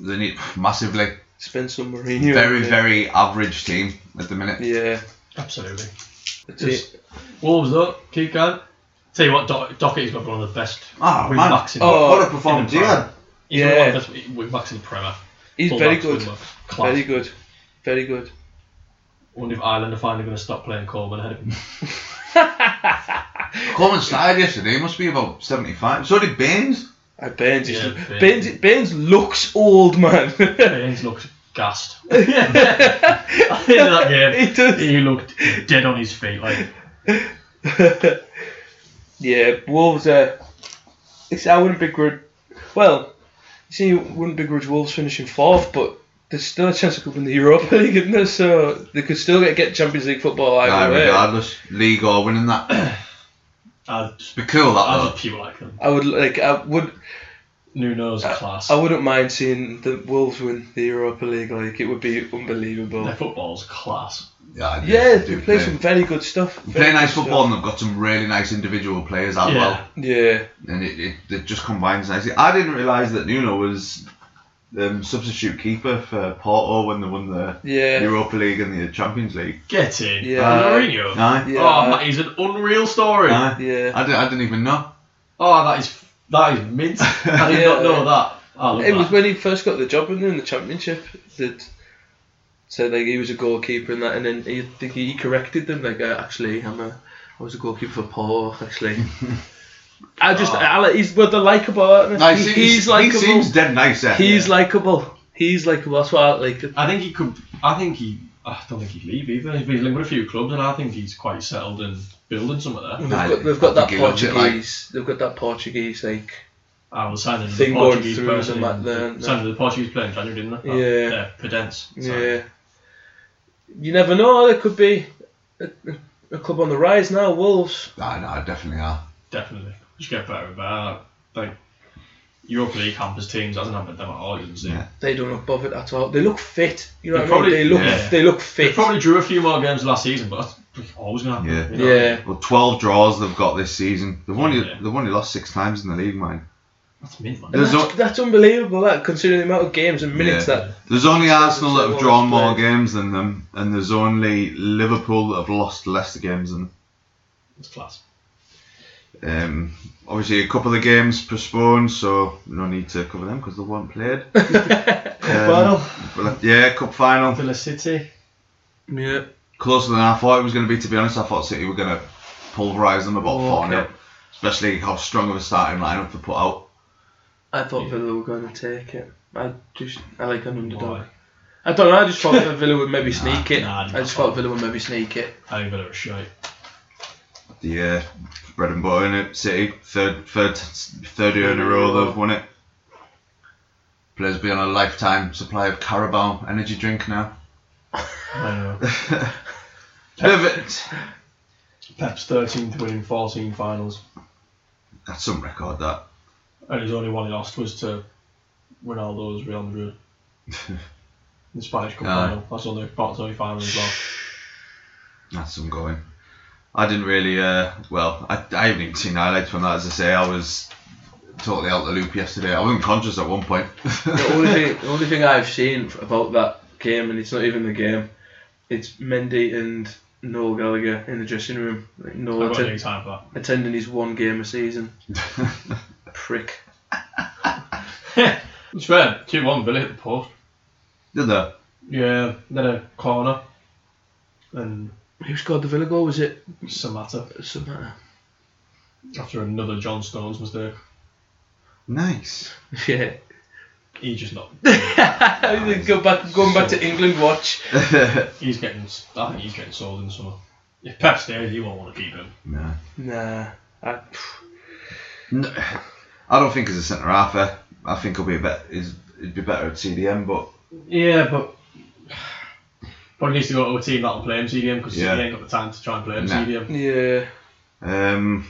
They need massively.
Spend some Mourinho.
Very,
yeah.
very average team at the minute.
Yeah.
Absolutely.
That's
Just-
it.
Wolves though, keep going. Tell you what, Do- Doherty's got one of the best
Ah,
wing
man.
backs in
Oh,
what a performance he had.
He's one
Yeah.
of the best wing backs in the Premier.
He's
Full
very
backs, wing
good.
backs. Class.
Very good. Very good.
Wonder if Ireland are finally going to stop playing Coleman ahead of him.
Coleman started yesterday, he must be about 75. So did Baines.
I Baines, is-
Yeah,
Baines.
Baines.
Baines, looks old, man.
Baines looked gassed. At the end of that game,
he does.
he looked dead on his feet. Like
yeah, Wolves are. It's, I wouldn't begrudge. Well, you see, you wouldn't begrudge Wolves finishing fourth, but There's still a chance of going to the Europa League, isn't there? So they could still get, get Champions League football either
Aye,
way.
regardless, league or winning that. It'd
I just,
be cool that
I
though.
just people like them.
I would like. I would.
Nuno's class.
Uh, I wouldn't mind seeing the Wolves win the Europa League. Like it would be unbelievable.
Their football's class.
Yeah, I do-
Yeah,
do
they play some very good stuff.
They
Very
play nice
good
football
stuff.
and they've got some really nice individual players as
Yeah.
well,
Yeah,
and it, it, it just combines nicely. I didn't realise that Nuno was um, substitute keeper for Porto when they won the
yeah,
Europa League and the Champions League.
Get in.
Yeah.
And Mourinho.
Aye,
Yeah.
Oh, that is an unreal story.
aye.
yeah.
I, didn't, I didn't even know.
Oh, that is that is mint. I did
Yeah.
not know that. I love
It was
that.
when he first got the job wasn't it, in the championship that said like he was a goalkeeper and that, and then he I think he corrected them like uh, actually I'm a I was a goalkeeper for Porto actually. I just
Oh.
I, like- he's well they're likable. aren't they?
Like,
He-
he,
he's
he
likable.
seems dead nice. eh?
He's likable. He's likable. That's why I like.
I think he could. I think he. I don't think he'd leave either. He's been linked with a few clubs, and I think he's quite settled in building some of that.
They've
Nah,
got, they've
I
got that
think he loves it, like-
Portuguese. They've got that Portuguese like.
I was signing the
Thing going
Portuguese
through
person.
them back then,
Signing the Portuguese player in January, didn't they?
Yeah.
yeah Pedence.
Yeah. You never know. There could be a, a club on the rise now. Wolves.
Aye, no, definitely are.
Definitely. Just get better and better. Like Europa League campus teams hasn't happened them at all, doesn't it?
Yeah.
They don't look bothered at all. They look fit. You know
They
what I mean? They look.
probably- yeah.
They look
They
fit.
probably drew a few more games last season, but that's always gonna happen.
Yeah.
you know?
yeah.
Well, twelve draws they've got this season. They've only
Yeah.
they've only lost six times in the league, man.
That's mint, man.
Yeah. There's
That's, that's unbelievable. That considering the amount of games and minutes
Yeah.
that.
There's only Arsenal that have
Well,
drawn more
played.
games than them, and there's only Liverpool that have lost less games than them.
That's class.
Um, obviously, a couple of games postponed, so no need to cover them because they weren't played. Um, but yeah, cup final.
Villa City.
Yeah.
Closer than I thought it was going to be, to be honest. I thought City were going to pulverise them about
Oh,
4 0,
okay.
especially how strong of a starting lineup they put out.
I thought
Yeah.
Villa were going to take it. I just I like an underdog.
Why?
I don't know. I just thought that Villa would maybe sneak it.
nah, I didn't
I just
follow.
thought Villa would maybe sneak it.
I think Villa are shite.
The uh, bread and butter in it. City, third, third, third year in a row they've won it. Players be on a lifetime supply of Carabao energy drink now.
I know.
Pivot.
Pep's 13th winning 14 finals,
That's some record, that.
and his only one he lost was to Ronaldo's Real Madrid. the Spanish Cup
Aye.
final. That's only, that's only final as well.
That's some going. I didn't really, uh, well, I, I haven't even seen highlights from that. As I say, I was totally out the loop yesterday. I wasn't conscious at one point.
the only thing, the only thing I've seen about that game, and it's not even the game, it's Mendy and Noel Gallagher in the dressing room. Like Noel
I've got
atten-
no time for that.
attending his one game a season. Prick.
It's fair. 2 1 Villa hit the post.
Did they?
Yeah, then a corner. And
Who scored the Villa goal? Was it
Samata
Samata?
after another John Stones mistake.
Nice.
Yeah.
He just not.
Go back, going back to England. Watch.
He's getting. I think he's getting sold in the summer. If Pep stays, he won't want to keep him.
no.
Nah. I,
no. I don't think he's a centre half. eh? I think he'll be a bit, he's, he'd be better at CDM, but
Yeah, but probably needs to go to a team that'll play him CDM because
Yeah.
he ain't got the time to try and play him
Nah.
CDM.
yeah.
um,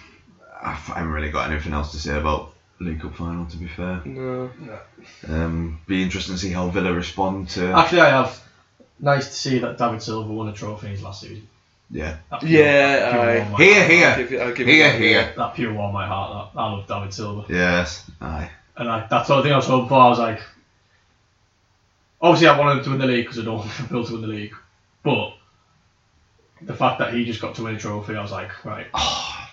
I haven't really got anything else to say about League Cup final, to be fair.
No.
Um, be interesting to see how Villa respond to.
Actually, I have. Nice to see that David Silva won a trophy in his last season.
yeah.
That pure-
Yeah,
pure
aye.
warm my
Here,
heart.
I'll give
here.
you- I'll give you
Here,
that,
here.
That pure warm my heart. That I love David Silva.
Yes. Aye.
And I, that's the only thing I was hoping for. I was like, obviously, I wanted him to win the league because I don't want Liverpool to win the league. But the fact that he just got to win a trophy, I was like, right,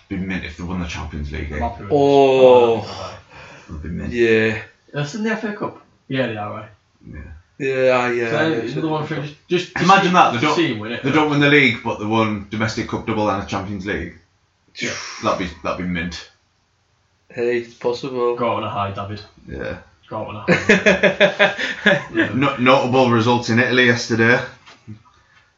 Be mint if they won the Champions League.
I'm
Eh?
happy with
Oh.
this.
It'd be mint.
Yeah.
That's in the FA Cup. Yeah, they are, right.
Yeah.
Yeah. ah, Yeah.
So,
yeah,
it's another one for just, just to
Imagine
see-
that, they
to
don't-
see him win it.
They don't win the league, but they won domestic cup double and a Champions League.
Yeah.
That'd be that'd be mint.
Hey, it's possible.
Go out on a high, David.
Yeah.
Go out on a high.
No, notable results in Italy yesterday.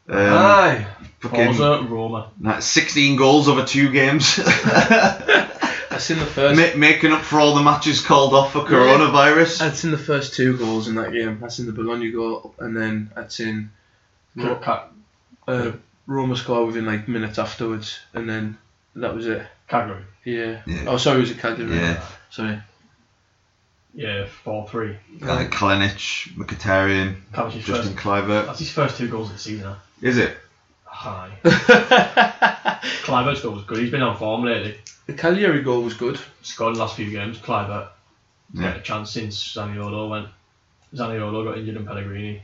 Um,
Aye.
fucking
Forza Roma.
like, 16 goals over two games.
I I've seen the first.
Ma- making up for all the matches called off for coronavirus.
I'd seen the first two goals in that game. I'd seen the Bologna goal, and then I'd seen Ro-
Ka-
uh, Roma score within like minutes afterwards, and then that was it.
Cagliari.
Yeah.
Yeah.
Oh, sorry, was it Cagliari?
Yeah,
Sorry.
Yeah, 4 3.
uh, Kalinic, Mkhitaryan,
That was his
Justin
first.
Kluivert.
That's his first two goals of the season. huh?
Is it?
Aye. Clivert's goal was good. He's been on form lately.
The Cagliari goal was good.
Scored the last few games. Clivert. Yeah.
Yeah.
a chance since Zaniolo went. Zaniolo got injured in Pellegrini.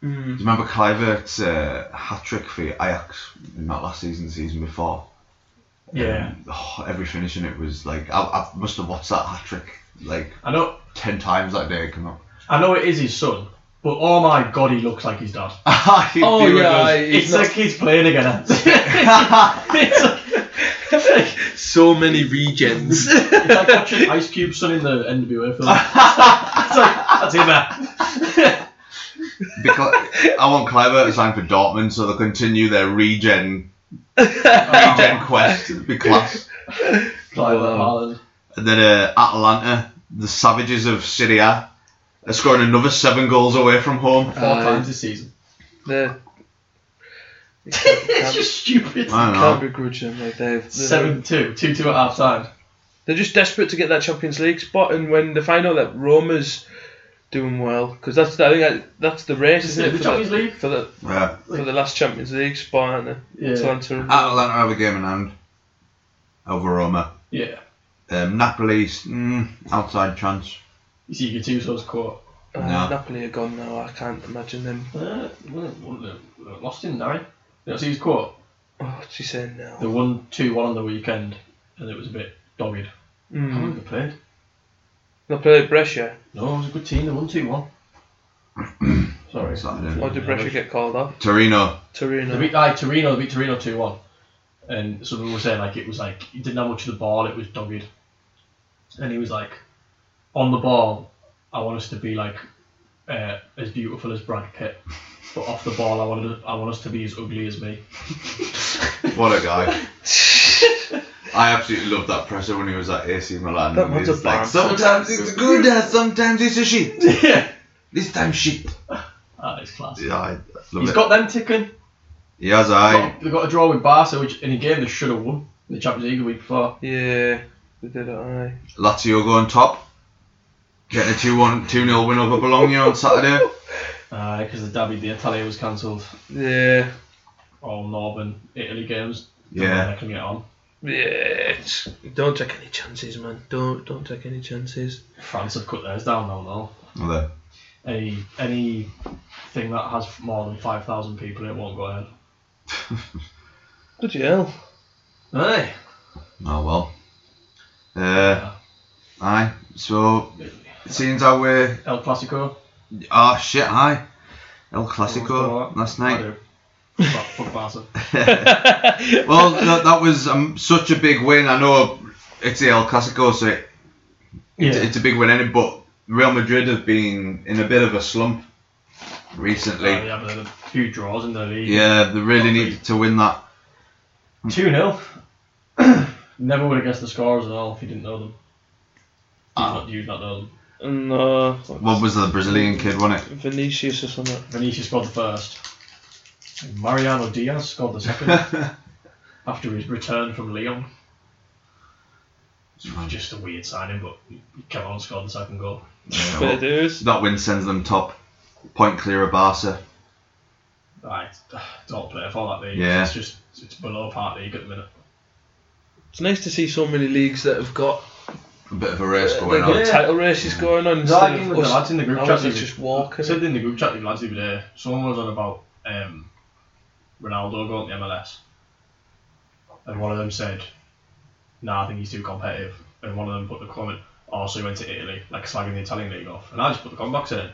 Hmm.
Do you remember Kluivert's uh, hat trick for Ajax in that last season, the season before?
Yeah.
Um, oh, every finish in it was like I, I must have watched that hat trick like
I know
ten times that day. Come on.
I know it is his son, but oh my god, he looks like his dad.
Oh, yeah,
It's,
he's not-
like he's playing again. it's, like, it's like-
So many regens.
it's like watching Ice Cube's son in the NWA film. it's like, that's him, man.
because I want Kluivert to sign for Dortmund, so they'll continue their regen regen quest. It'll Be class.
Clive
Wow.
Haaland.
And then uh, Atalanta, the savages of Syria, are scoring another seven goals away from home.
Four
Uh,
times this season.
They're-
it's just stupid.
I don't know.
Can't begrudge them. Like they've, they're,
7 2, 2 2 at half time.
they're just desperate to get that Champions League spot, and when they find out that Roma's doing well, because that's the, I think that, that's the race, isn't,
Isn't it
it?
the
for
Champions
the,
League?
for the
Yeah.
for the last Champions League spot, aren't they?
Yeah.
Atalanta.
Atalanta have a game in hand over Roma.
Yeah.
Um, Napoli, mm, outside chance.
You see, your two sons caught.
Uh,
No.
Napoli are gone now. I can't imagine them.
Uh, well, well, they lost in nine. You know, see, he's caught.
Oh, what's he saying now?
They won 2 1 on the weekend, and it was a bit dogged. How long
Mm.
have they played?
They played Brescia.
No, it was a good team. They won 2 1. Sorry.
Saturday.
Or did Brescia get called off?
Torino.
They
Torino.
beat like, Torino, they beat Torino 2 1. And someone was saying, like, it was like, he didn't have much of the ball, it was dogged. And he was like, on the ball, I want us to be like uh, as beautiful as Brad Pitt. But off the ball, I wanted, I want us to be as ugly as me.
What a guy. I absolutely loved that presser when he was at AC Milan.
That
He
man's
was
a
like,
bastard.
sometimes it's good, uh, sometimes it's a shit.
yeah,
This time shit.
that is Ah, class.
Yeah, I love
He's
it.
got them ticking.
he has, I.
They got a draw with Barca, which in a game they should have won in the Champions League the week before.
Yeah, they did it. Aye.
Lazio go on top. Getting a 2 1 2 0 win over Bologna on Saturday.
Because uh, the Derby, the Italia was cancelled.
Yeah.
All Northern Italy games.
Yeah.
They can get on.
Yeah. it's- Don't take any chances, man. Don't don't take any chances.
France have cut theirs down now, though.
Well, uh,
any any thing that has more than five thousand people, it won't go ahead.
Bloody hell.
Hey,
Oh well. Uh, aye. So, seeing as how we're.
El Clasico.
Oh shit, aye. El Clasico last night.
Fuck fuck Barca.
Well, that, that was um, such a big win. I know it's the El Clasico, so it,
Yeah,
it's a big win, innit? But Real Madrid have been in a bit of a slump recently.
they have a few draws in the league.
Yeah, they really need to win that.
two 0 Never would have guessed the scores at all if you didn't know them. You'd
Ah.
not, you'd not know them.
No.
What was the Brazilian kid, wasn't it?
uh, Vinicius or something.
Vinicius scored the first. Mariano Diaz scored the second after his return from Leon. It was just a weird signing, but he came on and scored the second goal.
Yeah,
Fair
well,
dues.
that win sends them top. Point clear of Barca.
Right, don't play for that league.
Yeah.
It's just it's below part league at the minute.
It's nice to see so many leagues that have got
A bit of a race
they've
going on.
got
Yeah.
title races going on instead of us-
lads in the group
ours
chat.
is just
I
walking.
said in the group chat the lads the other day, someone was on about um, Ronaldo going to MLS, and one of them said, "Nah, I think he's too competitive." And one of them put the comment, "Oh, so he went to Italy, like slagging the Italian league off." And I just put the comment back saying,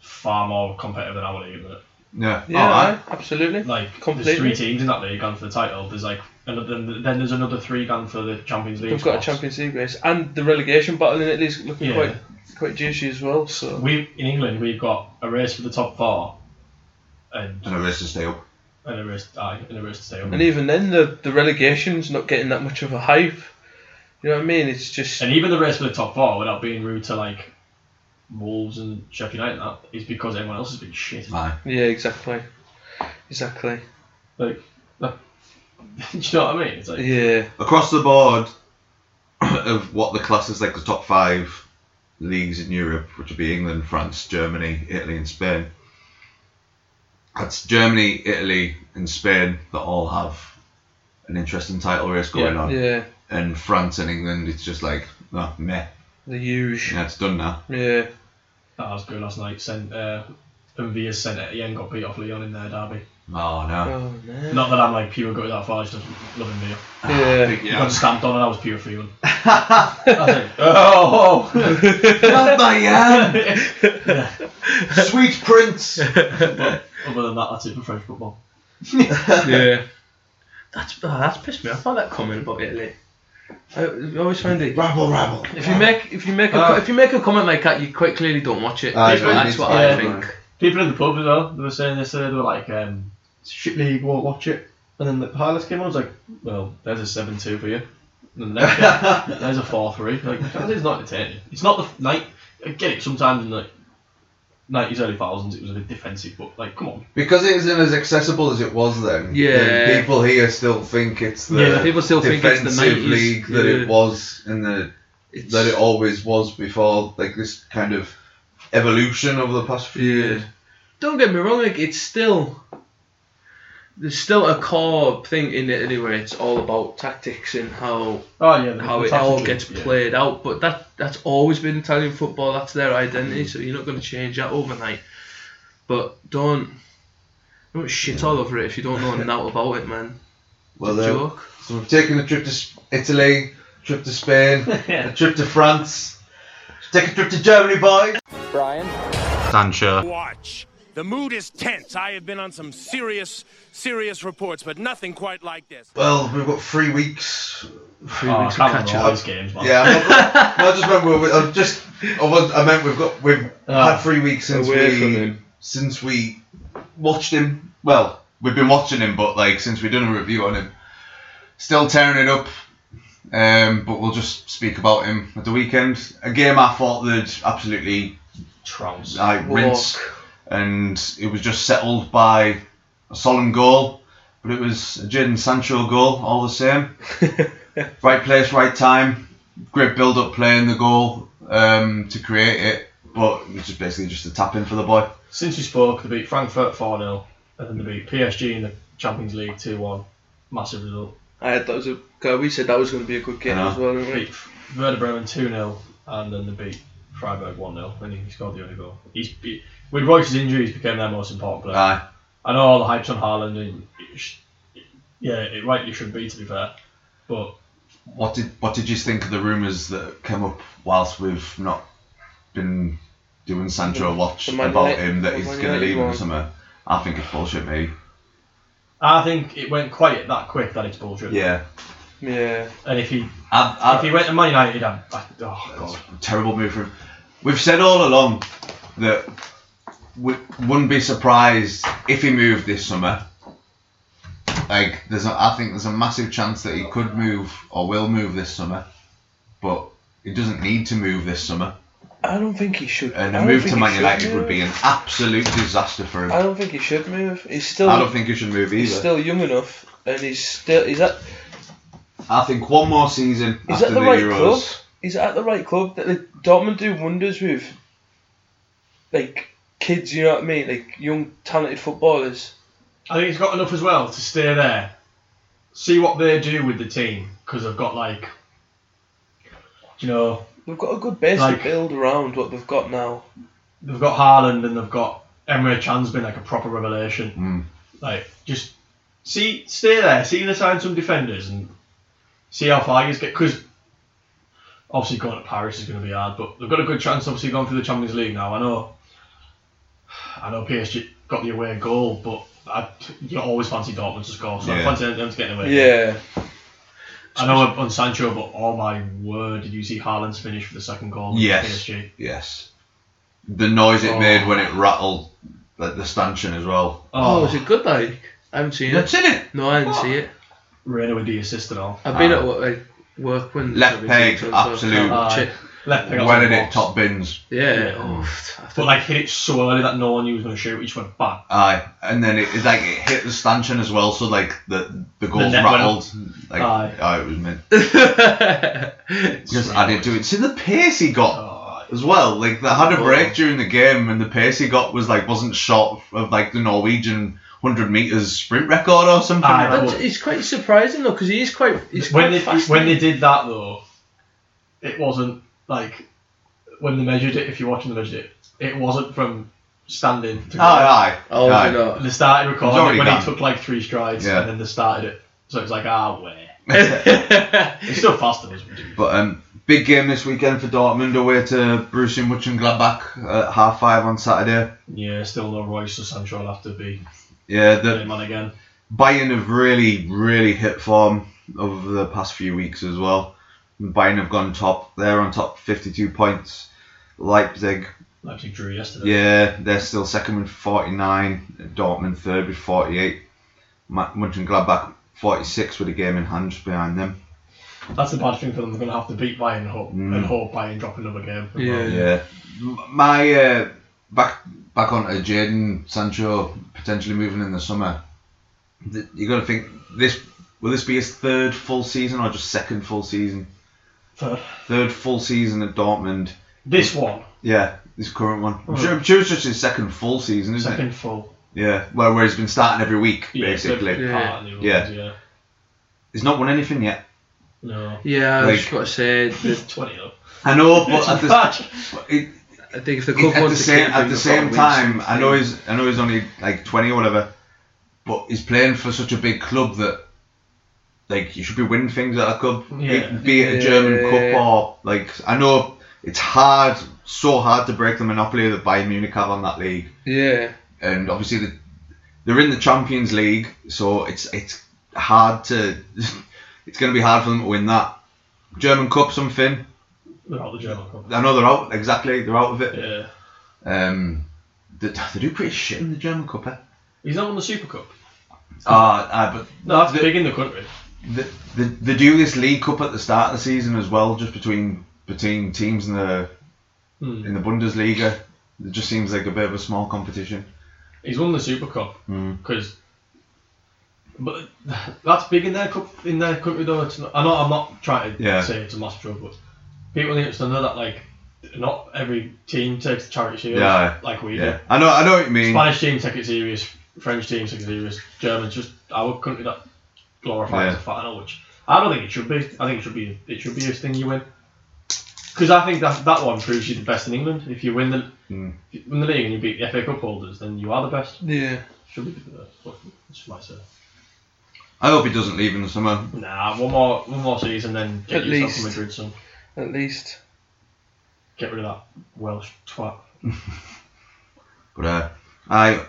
"Far more competitive than our league at the minute."
Yeah.
Yeah,
Alright.
aye, absolutely.
like
Completely.
there's three teams in that league going for the title. There's like another then, then there's another three going for the Champions League.
We've got a
spots.
Champions League race and the relegation battle in Italy's looking
Yeah.
quite quite juicy as well. So
We in England we've got a race for the top four, and
And a race to stay up.
and a race aye, and a race to stay up.
and even then the the relegation's not getting that much of a hype. You know what I mean? It's just
And even the race for the top four, without being rude to like Wolves and Sheffield United, and that is because everyone else has been shit.
Aye.
yeah, exactly, exactly.
Like, that, do you know what I mean? It's like
Yeah,
Across the board of what the class is like the top five leagues in Europe, which would be England, France, Germany, Italy, and Spain. That's Germany, Italy, and Spain that all have an interesting title race going
Yeah,
on.
yeah.
And France and England, it's just like, oh, meh.
The huge.
Yeah, it's done now.
Yeah,
that was good last night. Sent uh, Mvia sent Etienne got beat off Leon in their derby.
Oh, no.
oh man.
Not that I'm like pure gutted that far, I just love Mvia.
Yeah,
He
Yeah.
got stamped on and I was pure feeling. I was like, oh,
Not my hand. Sweet prince.
other than that, that's it for French football.
yeah. That's oh, that's pissed me off. Like that comment about Italy. I, I always find it.
rabble, rabble.
If you make if you make a,
Uh,
if you make a comment like that, you quite clearly don't watch it.
Aye,
That's what-
right,
that's
it's
what
fine,
I
right.
think.
People in the pub as well, they were saying yesterday, they were like, um, shit league, won't watch it. And then the pilots came on, I was like, well, there's a 7 2 for you. And then there's there's a 4 3. Like, that is not entertaining. It's not the f- night. I get it, sometimes in the 90s, early 1000s, it was a bit defensive, but like, come on.
Because it isn't as accessible as it was then.
Yeah.
then people here still think it's the
Yeah, people still think it's the
defensive
90s.
league that
Yeah.
it was and the
It's,
that it always was before. Like this kind of evolution over the past few years.
Don't get me wrong. Like it's still there's still a core thing in Italy where it's all about tactics and how
Oh, yeah. the-
how
the
it all
tactically,
gets
yeah.
played out. But that that's always been Italian football. That's their
Mm.
identity. So you're not going to change that overnight. But don't don't shit all over it if you don't know now about it, man.
Well, uh,
Joke.
so we've taken a trip to S- Italy, trip to Spain, a trip to France. Take a trip to Germany, boys. Brian. Sancho.
Watch. The mood is tense. I have been on some serious, serious reports, but nothing quite like this.
Well, we've got three weeks
Three
Oh, I
weeks of
can't remember
catch
all
up.
these games, man.
Yeah, I'm not, no, I just remember. We, I just, I was, I meant we've got we've
Ah.
had three weeks since
Away from
we
him.
since we watched him. Well, we've been watching him, but like since we've done a review on him, still tearing it up. Um, but we'll just speak about him at the weekend. A game I thought they'd absolutely
Trounce.
like
Walk.
rinse, and it was just settled by a solemn goal. But it was a Jadon Sancho goal, all the same. right place, right time. Great build-up play in the goal um, to create it, but it was just basically just a tap in for the boy.
Since we spoke, they beat Frankfurt 4 0, and then they beat PSG in the Champions League 2 1. Massive result.
I thought it was a. God, we said that was going to be a good game
Yeah.
as well, didn't
They
we?
beat Werder Bremen 2 0, and then they beat Freiburg 1 0, and he scored the only goal. He's, he, with Royce's injuries, became their most important player.
Aye.
I know all the hype's on Haaland, and it sh- yeah, it rightly should be, to be fair, but
What did what did you think of the rumours that came up whilst we've not been doing Sancho a watch
the Man
about
United-
him that
the
he's
Man
going
United
to leave in the
one.
summer? I think it's bullshit, mate.
I think it went quite that quick that it's bullshit.
Yeah.
Yeah.
And if he
I've,
if
I've,
he went to Man United, I'd, i oh god,
terrible move for him. We've said all along that we wouldn't be surprised if he moved this summer. Like there's, a, I think there's a massive chance that he could move or will move this summer, but he doesn't need to move this summer.
I don't think he should.
And
I
a
don't
move
think
to
he
Man
should
United
move.
would be an absolute disaster for him.
I
I
don't think he should move. He's still.
don't think he should move
he's
either.
still young enough, and he's still. He's at.
I think one more season
He's
after
at
the,
the right club.
Euros.
He's at the right club. That the Dortmund do wonders with. Like kids, you know what I mean? Like young, talented footballers.
I think he's got enough as well to stay there, see what they do with the team because they've got like, you know,
They've got a good base
Like-
to build around what they've got now.
they've got Haaland and they've got Emre Chan's been like a proper revelation.
Mm.
Like just see, stay there, see they sign some defenders and see how far you get because. Obviously, going to Paris is going to be hard, but they've got a good chance. Obviously, going through the Champions League now. I know, I know PSG got the away goal, but I, you always fancy Dortmund to score, so I
Yeah.
fancy them to get an away. goal.
Yeah.
I know on Sancho, but oh my word, did you see Haaland's finish for the second goal?
Yes.
against PSG?
Yes. The noise it
Oh.
made when it rattled like the stanchion as well.
Oh,
Oh,
is it good? Like I haven't seen it.
in it.
No, I didn't see it.
Reina with the assist and all.
I've been
Ah.
at what like work when
Left peg, absolute.
Chip.
Left peg.
When in it, top bins.
Yeah.
Yeah.
Oh, I
But
thought-
like hit it so early that no one knew he was going to shoot. He just went back.
Aye, and then it, it like it hit the stanchion as well, so like the the goals
net went
rattled. Like,
Aye.
aye. it was meant. Just added to it. See the pace he got
Oh,
as well. Like they had a break during the game, and the pace he got was like wasn't short of like the Norwegian hundred meters sprint record or something.
Aye,
Like,
That's- it's quite surprising though, because he is quite. He's
when
quite
they
fast,
when
isn't
they did that though, it wasn't like when they measured it. If you're watching, they measured it. It wasn't from standing. To
aye, aye.
Oh,
aye.
you know.
And they started recording
It's
it
already
when
gone.
he took like three strides,
Yeah.
and then they started it. So it was like, ah, way. It's still faster than us, we do.
But um, big game this weekend for Dortmund away to Borussia Mönchengladbach at half five on Saturday.
Yeah, still no Royce, so Sancho will have to be
Yeah, the
putting him on again.
Bayern have really, really hit form over the past few weeks as well. Bayern have gone top. They're on top, 52 points. Leipzig,
Leipzig drew yesterday.
yeah, they're still second with 49. Dortmund third with 48. Ma- Mönchengladbach 46 with a game in hand just behind them.
That's the bad thing for them. They're going to have to beat Bayern and hope,
Mm.
and hope Bayern drop another game.
Yeah.
Yeah. M- My uh, back back onto Jaden Sancho potentially moving in the summer. Th- You got to think this will this be his third full season or just second full season?
Third.
third full season at Dortmund. Hmm.
This one,
Yeah, this current one. I'm
Right.
sure, I'm sure it's just his second full season, isn't
second
it?
full.
Yeah, where, where he's been starting every week,
Yeah,
basically.
third
Yeah.
part of the ones,
Yeah.
yeah.
He's not won anything yet.
No.
yeah, I was
Like-
just got to say. that
20 though.
I know, but
It's
at the,
bad.
it,
I think if the
it-
club
at
wants
the
to
same
keep
at
him,
the
they've
same
got to win
time, I know
something.
he's I know he's only like twenty or whatever, but he's playing for such a big club that like you should be winning things at a club,
Yeah.
be it a German
Yeah.
cup or like I know it's hard, so hard to break the monopoly that Bayern Munich have on that league.
Yeah.
and obviously the, they're in the Champions League, so it's it's hard to it's going to be hard for them to win that German Cup something.
They're out the German Cup.
I know they're out exactly, they're out of it.
Yeah.
Um, they, they do pretty shit in the German Cup. Eh?
He's not won the Super Cup.
Ah, uh,
No, that's big in the country.
but they, they, they do this League Cup at the start of the season as well, just between between teams in the
Hmm.
in the Bundesliga. It just seems like a bit of a small competition.
He's won the Super Cup
Hmm.
because, but that's big in their cup in their country though. It's not, I know I'm not trying to
Yeah.
say it's a massive trouble, but people need to know that like not every team takes the charity shield
Yeah.
like we do.
Yeah, I know, I know what you mean.
Spanish team take it serious, French team take it serious, Germans just our country that glorifies
Yeah.
the final, which I don't think it should be. I think it should be it should be a thing you win. Because I think that that one proves you're the best in England. If you win the
Mm.
if you win the league and you beat the FA Cup holders, then you are the best.
Yeah.
Should we do that? What- That's my say.
I hope he doesn't leave in the summer.
Nah, one more one more season, then get
At
yourself
least.
a Madrid son.
At least.
Get rid of that Welsh twat.
But uh, I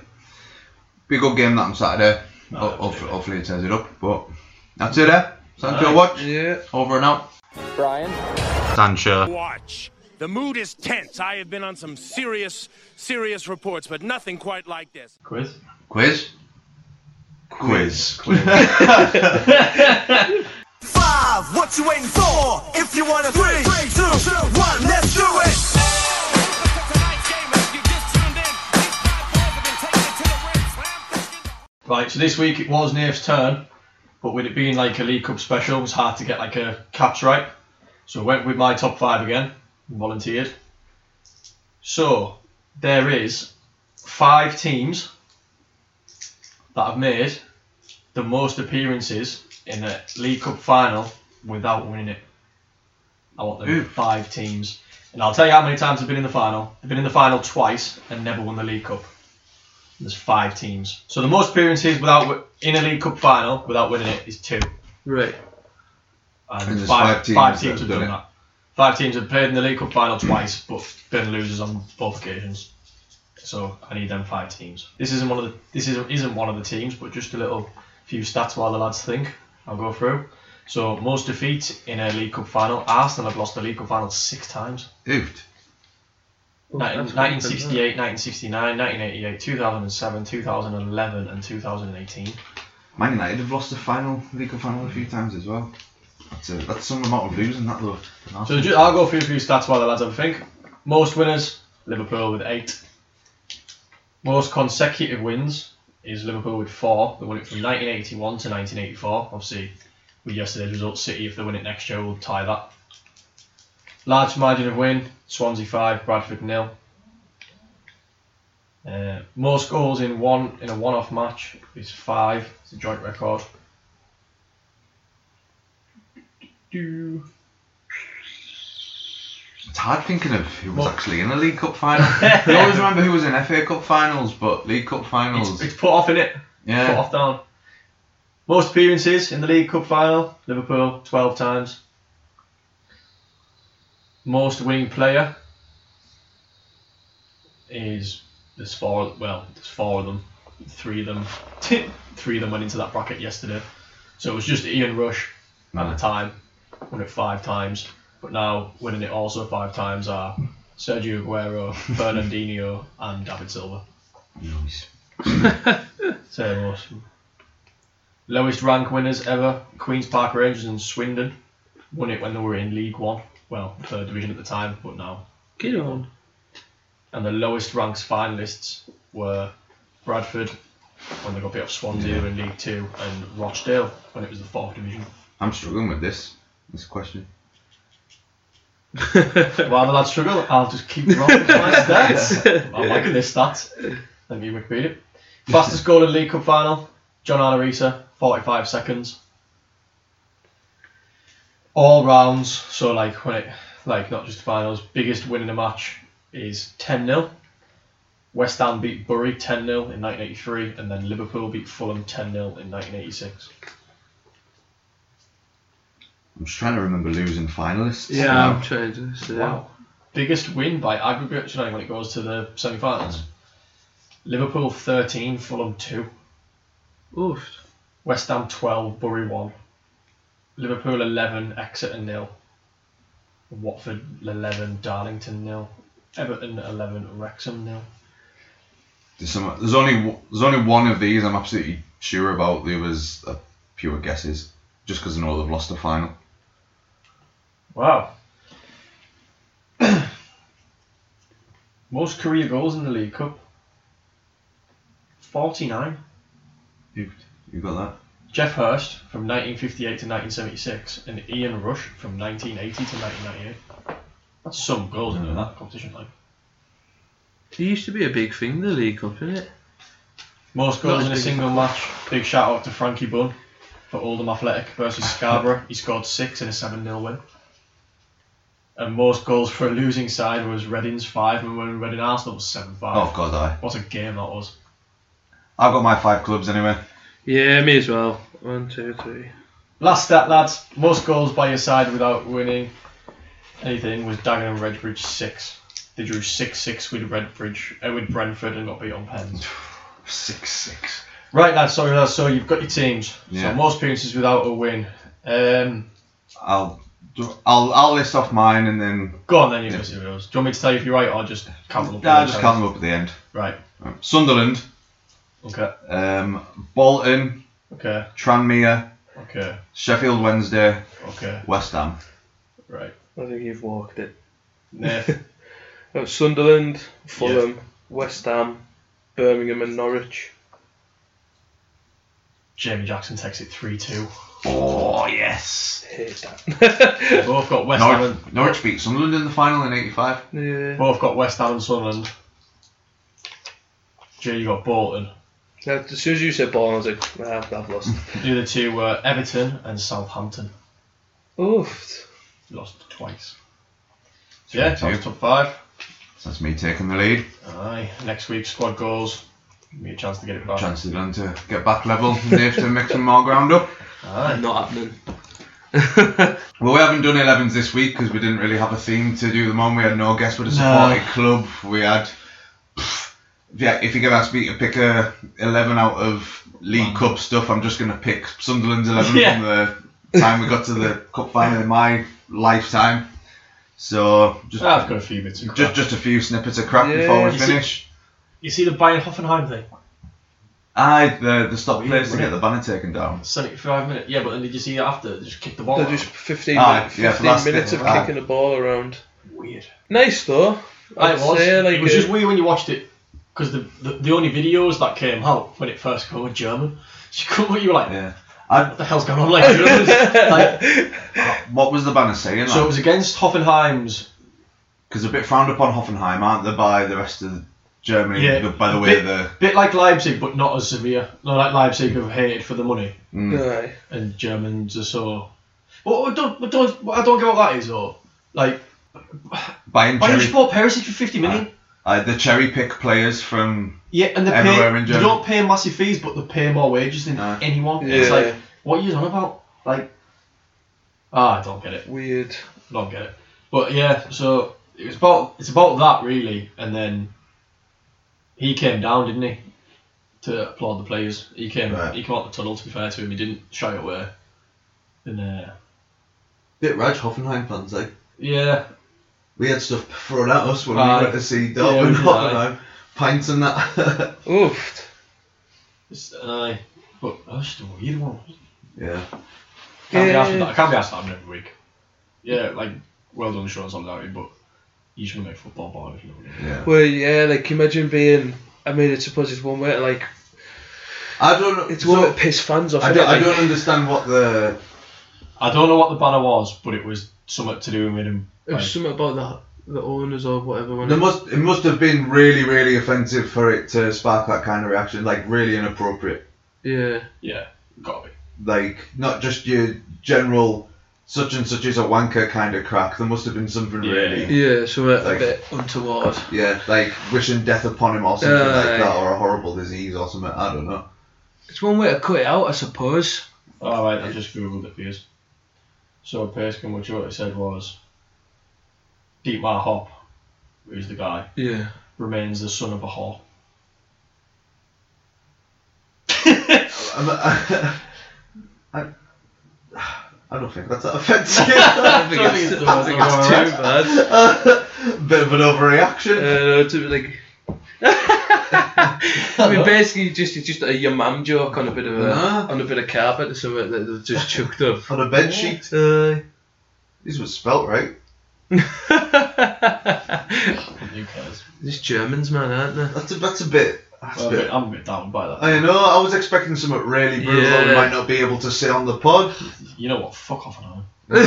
be a good game that on Saturday.
No,
Ho- ho-
absolutely.
hopefully it turns it up. But that's it. Eh? Sancho
Aye.
watch
Yeah.
over and out.
Brian.
Sancho.
Watch. The mood is tense. I have been on some serious, serious reports, but nothing quite like this.
Quiz.
Quiz. Quiz.
Five, what you waiting for? If you wanna three, three, two, two, one, let's do it.
Right, so this week it was Nave's turn, but with it being like a League Cup special, it was hard to get like a caps right. So I went with my top five again, and volunteered. So there is five teams that have made the most appearances in a League Cup final without winning it. I want them
Ooh.
five teams. And I'll tell you how many times they've been in the final. They've been in the final twice and never won the League Cup. There's five teams. So the most appearances without wi- in a League Cup final without winning it is two.
Right.
And,
And there's
five,
five teams
five
that
teams have
have
done
done it.
that. Five teams have played in the League Cup final twice, but been losers on both occasions. So I need them five teams. This isn't one of the this isn't isn't one of the teams, but just a little few stats while the lads think. I'll go through. So most defeats in a League Cup final. Arsenal have lost the League Cup final six times.
Oofed.
Well,
Nin-
that's
1968, 1969, 1988, 2007, 2011, and 2018.
Man United have lost the final League Cup final a few times as well. That's, a, that's some amount of losing that though.
So ju- I'll go through a few stats while the lads have a think. Most winners, Liverpool with eight. Most consecutive wins is Liverpool with four. They won it from 1981 to 1984. Obviously, with yesterday's result, City, if they win it next year, will tie that. Large margin of win, Swansea 5, Bradford nil. Uh, most goals in one in a one-off match is five. It's a joint record. Do-
It's hard thinking of who was actually in a League Cup final. I always remember who was in FA Cup finals, but League Cup finals.
It's, it's put off in it. Put
yeah.
off down. Most appearances in the League Cup final, Liverpool 12 times. Most winning player is there's four. Well, there's four of them. Three of them. three of them went into that bracket yesterday. So it was just Ian Rush at the
Nah.
time, won it five times. But now winning it also five times are Sergio Aguero, Fernandinho, and David Silva.
Nice.
So awesome. Lowest rank winners ever, Queen's Park Rangers and Swindon. Won it when they were in League One. Well, third division at the time, but now.
Get on.
And the lowest ranked finalists were Bradford when they got bit off Swansea in League Two and Rochdale when it was the fourth division.
I'm struggling with this. This question.
While the lads struggle, I'll just keep rolling with my stats. I'm liking this stat. Thank you, Wikipedia. Fastest goal in League Cup final, John Arisa, 45 seconds. All rounds, so like when it, like not just the finals, biggest win in a match is 10 0. West Ham beat Bury 10 0 in 1983, and then Liverpool beat Fulham 10 0 in 1986.
I'm just trying to remember losing finalists.
Yeah,
now.
I'm trying to. So.
Wow. Biggest win by aggregate tonight when it goes to the semi finals. Liverpool 13, Fulham 2,
Oof.
West Ham 12, Bury 1, Liverpool 11, Exeter 0, Watford 11, Darlington 0, Everton 11, Wrexham 0.
There's, some, there's only w- there's only one of these I'm absolutely sure about. There was uh, pure guesses, just because I know they've lost the final.
Wow. Most career goals in the League Cup 49.
You you got that?
Jeff Hurst from 1958 to 1976 and Ian Rush from 1980 to 1998. That's some goals in that competition. Like
It used to be a big thing, the League Cup, didn't it?
most goals
Not
in a
as big
single match. Big shout out to Frankie Bunn for Oldham Athletic versus Scarborough. he scored six in a 7 0 win. And most goals for a losing side was Reading's five, and when Reading Arsenal was seven five.
Oh God, I
What a game that was!
I've got my five clubs anyway.
Yeah, me as well. One, two, three.
Last stat, lads. Most goals by your side without winning anything was Dagenham and Redbridge six. They drew six six with Redbridge, uh, with Brentford, and got beat on pens.
Six six.
Right, lads. Sorry, lads. So you've got your teams.
Yeah.
So most appearances without a win. Um,
I'll do- I'll I'll list off mine and then
go on then, you missed yours. Do you want me to tell you if you're right or just count them up?
Nah, I just count them up at the end.
Right.
Sunderland,
Okay.
um, Bolton,
Okay.
Tranmere,
Okay.
Sheffield Wednesday,
Okay.
West Ham.
Right.
I think you've walked it.
Nath.
Oh, Sunderland, Fulham, West Ham, Birmingham, and Norwich.
Jamie Jackson takes it three two.
Oh yes.
Hate that.
Both got West Ham.
Norwich,
And,
Norwich beat Sunderland in the final in '85.
yeah.
both got West Ham and Sunderland. Jay, you got Bolton.
Now, as soon as you said Bolton, I was like, nah, I've lost.
The other two were Everton and Southampton.
Oof.
Lost twice. So yeah,
Three-two.
top, top five.
So that's me taking the lead.
Aye. Next week, squad goals. Give me a chance to get it back.
Chances then to get back level. Dave to make some more ground up.
Aye.
Not happening.
Well, we haven't done 11s this week because we didn't really have a theme to do them on. We had no guest with a
No.
supported club. We had. pff, Yeah, if you're going to ask me to pick a 11 out of League Cup stuff, I'm just going to pick Sunderland's 11
Yeah.
from the time we got to the Cup final in my lifetime. So, just
Ah, I've got a few bits. Of
just,
just,
just a few snippets of crap
Yeah.
before we
You see-
finish.
you see the Bayern Hoffenheim thing?
Aye, the the stop place to
Really?
get the banner taken down.
75 minutes. Yeah, but then did you see after? They just kicked the ball.
They're
out.
just 15,
Aye,
minutes-
Ah, yeah,
15
last
minutes
bit,
of
aye.
kicking the ball around.
weird.
Nice though.
I it was.
say, like,
it was
uh,
just weird when you watched it because the, the the only videos that came out when it first came were German. So you couldn't. You were like,
Yeah.
what the hell's going on? Like, Germans? like
What was the banner saying?
so it was against Hoffenheim's.
because a bit frowned upon Hoffenheim, aren't they, by the rest of Germany? the- by the way,
bit,
the
bit like Leipzig, but not as severe. Not like Leipzig have hated for the money,
Mm.
aye.
and Germans are so. Well, I don't, I don't, what I don't get what that is though. Like,
buying
why don't
cherry,
you bought Perisic for fifty million?
uh, the cherry pick players from
Yeah, and they
Everywhere
pay,
in
they
Germany.
don't pay massive fees, but they pay more wages than
Aye.
anyone. It's
Yeah.
like, what are you on about? Like, ah, I don't get it.
Weird.
Don't get it. But yeah, so it was about it's about that really, and then he came down, didn't he? To applaud the players, he came
Right.
he came out the tunnel. To be fair to him, he didn't shy away. And uh,
bit Raj Hoffenheim fans. Like
yeah,
we had stuff thrown at us when
Aye.
we went to
Yeah,
see
we
Dortmund,
did,
Hoffenheim, pints and that.
Oof.
it's, uh, but that was just a weird one.
yeah.
Can't be asked for
Yeah.
that. I can't be asked for that every week. Yeah, like well done, Sean Solidarity, but you should make football bar if you know what I mean.
Yeah.
Well, yeah, like imagine being. I mean, it's suppose it's one way. Like
I don't know.
it's
so-
one way to piss fans off.
I
innit?
don't, I
Like,
don't understand what the
I don't know what the banner was, but it was something to do with him.
It was
like-
something about that the owners or whatever. When
There must it must have been really really offensive for it to spark that kind of reaction, like really inappropriate,
yeah.
yeah, gotta be.
like not just your general such and such is a wanker kind of crack. There must have been something
Yeah.
really
Yeah, so we're
Like-
a bit untoward.
yeah, like wishing death upon him or something like
Aye.
that, or a horrible disease or something. I don't know.
It's one way to cut it out, I suppose.
Alright, I just googled it for you. So Perskin, which what it said was Dietmar Hopp, who's the guy,
Yeah.
remains the son of a whore.
I'm- I, I, I don't think that's that offensive.
I think it's,
it's-
I think it's too bad.
Bit of an overreaction.
Uh, to be like. I mean, basically, just it's just a your mum joke on a bit of a
Nah.
on a bit of carpet or something that they've just chucked up.
On a bed sheet.
Uh,
These were spelt right.
Who cares?
these Germans, man, aren't they?
That's a, that's a bit. That's
Well,
a
I'm, a bit, I'm a
bit
bit down by that.
I know. I was expecting something really brutal. We
Yeah.
might not be able to sit on the pod.
You know what? Fuck off now.
Uh,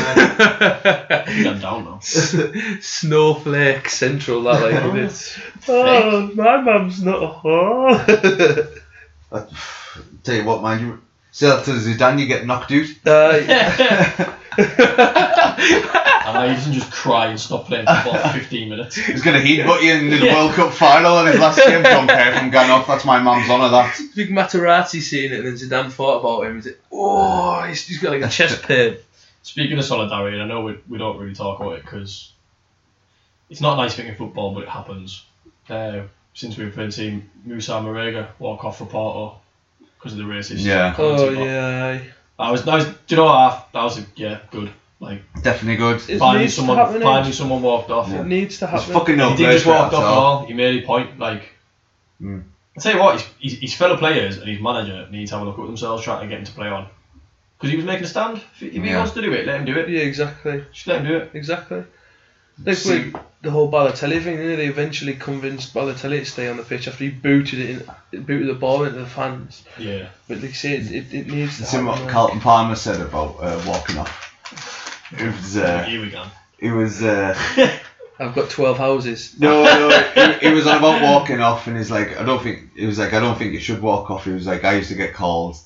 I think I'm down now.
Snowflake Central, that like it is. Oh, my mum's not a whore.
I- tell you what, man. You say that to Zidane, you get knocked out.
Uh,
And I doesn't just cry and stop playing football for 15 minutes.
He's gonna headbutt you in the World Cup final in his last game. John from Ganoff. That's my mum's honour. That.
big Materazzi seen it, and then Zidane thought about him. He's like, oh, he's, he's got like a chest pain.
Speaking of solidarity, I know we, we don't really talk about it because it's not a nice thing in football, but it happens. Uh, since we've been seeing Musa Marega walk off for Porto because of the racist.
Yeah.
comments
Oh
he got.
yeah.
I was, I was, do you know what? I, that was a, yeah, good. Like
Definitely good. It's
finding
needs to
someone,
happen, eh?
finding someone walked off.
Yeah.
needs to happen.
fucking no.
He didn't just walk off at all. Hmm. He made a point. Like,
Mm.
I tell you what, his, his, his fellow players and his manager need to have a look at themselves trying to get him to play on. Because he was making a stand. If he, if he
Yeah.
wants to do it, let him do it.
Yeah, exactly,
Just let him do it.
exactly. Like
See-
with the whole Balotelli thing, didn't they? they eventually convinced Balotelli to stay on the pitch after he booted it, in, booted the ball into the fans.
Yeah.
But like you say, it, it, it needs to
See
happen.
what
man.
Carlton Palmer said about uh, walking off. It was. Uh,
Here we go.
it was. Uh,
I've got twelve houses.
No, no, he, he was on about walking off, and he's like, I don't think he was like, I don't think you should walk off. He was like, I used to get called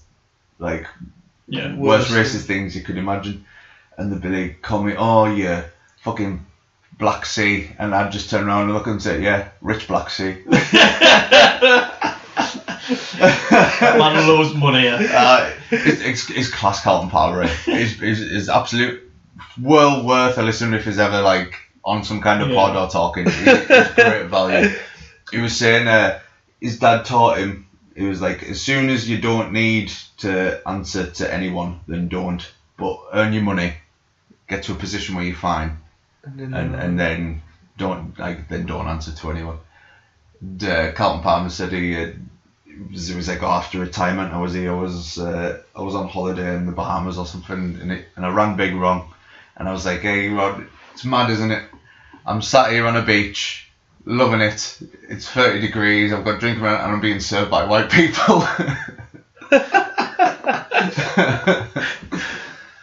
like
Yeah.
worst
Worst.
racist things you could imagine, and the Billy called me, oh yeah, fucking Black Sea, and I'd just turn around and look and say, yeah, rich Black Sea.
Man loves money. eh?
Uh, it's, it's, it's class Carlton Power. It's, it's, it's absolute well worth a listen if he's ever like on some kind of
Yeah.
pod or talking. It's, it's great value. He was saying uh, his dad taught him. He was like, as soon as you don't need to answer to anyone, then don't. But earn your money, get to a position where you're fine,
And then,
and and then don't like then don't answer to anyone. And, uh, Carlton Palmer said he uh, was- it was like oh, after retirement, I was here, I was uh, I was on holiday in the Bahamas or something, and it, and I ran big wrong, and I was like, hey Rod, it's mad, isn't it? I'm sat here on a beach, loving it. It's 30 degrees. I've got drink around, and I'm being served by white people.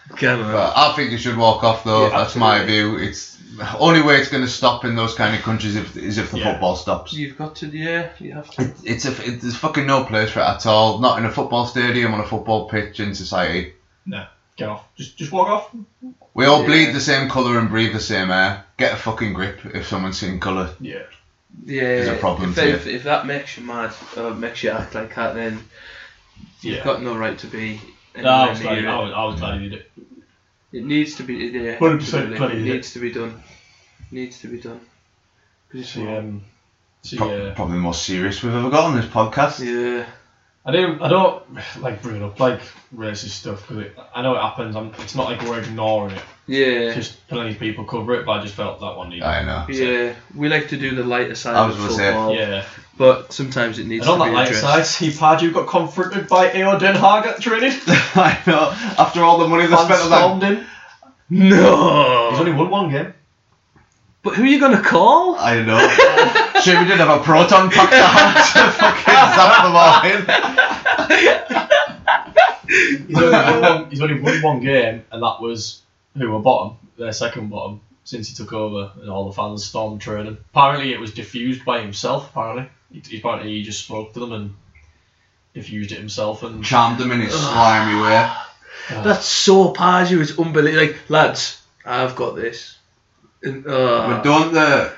Come on.
But I think you should walk off though.
Yeah,
That's my view.
absolutely.
It's only way it's going to stop in those kind of countries if, is if the
Yeah.
football stops.
You've got to, yeah, you have to.
It, it's a, it, there's fucking no place for it at all. Not in a football stadium, on a football pitch, in society.
No, get off. Just just walk off.
We all
Yeah.
bleed the same colour and breathe the same air. Get a fucking grip if someone's seen colour.
Yeah.
Yeah,
a problem
if,
for you.
if, if that makes you mad or makes you act like that, then
Yeah.
you've got no right to be.
no, I was
anywhere
glad.
near
I
it.
was, I was glad you did it.
It needs to be. Yeah,
100%
absolutely.
bloody
It
yeah.
needs to be done. Needs to be done. 'Cause it's
So, um, uh, so
Pro-
yeah.
Probably the most serious we've ever got on this podcast.
yeah,
I don't, I don't like bringing up like racist stuff because I know it happens. I'm, it's not like we're ignoring it.
yeah,
Just plenty of people cover it, but I just felt that one needed.
I know.
yeah. We like to do the lighter side
I was
of
gonna say,
football,
Yeah.
but sometimes it needs
And on
to
that
be
light
addressed.
side, see Pardew got confronted by Ao Den Haag at training.
I know. After all the money they
Fans
spent on that
stormed him. He's
No,
only won one game.
but who are you gonna call?
I know. Shame we didn't have a proton pack to hand to fucking zap them all in.
He's only, won one, he's only won one game, and that was who were bottom, their second bottom, since he took over, and all the fans stormed training. Apparently, it was diffused by himself. Apparently, he, he- apparently he just spoke to them and diffused it himself. And
Charmed them in his slimy way.
That's so Pardew is unbelievable. Like lads, I've got this. And, uh,
But don't the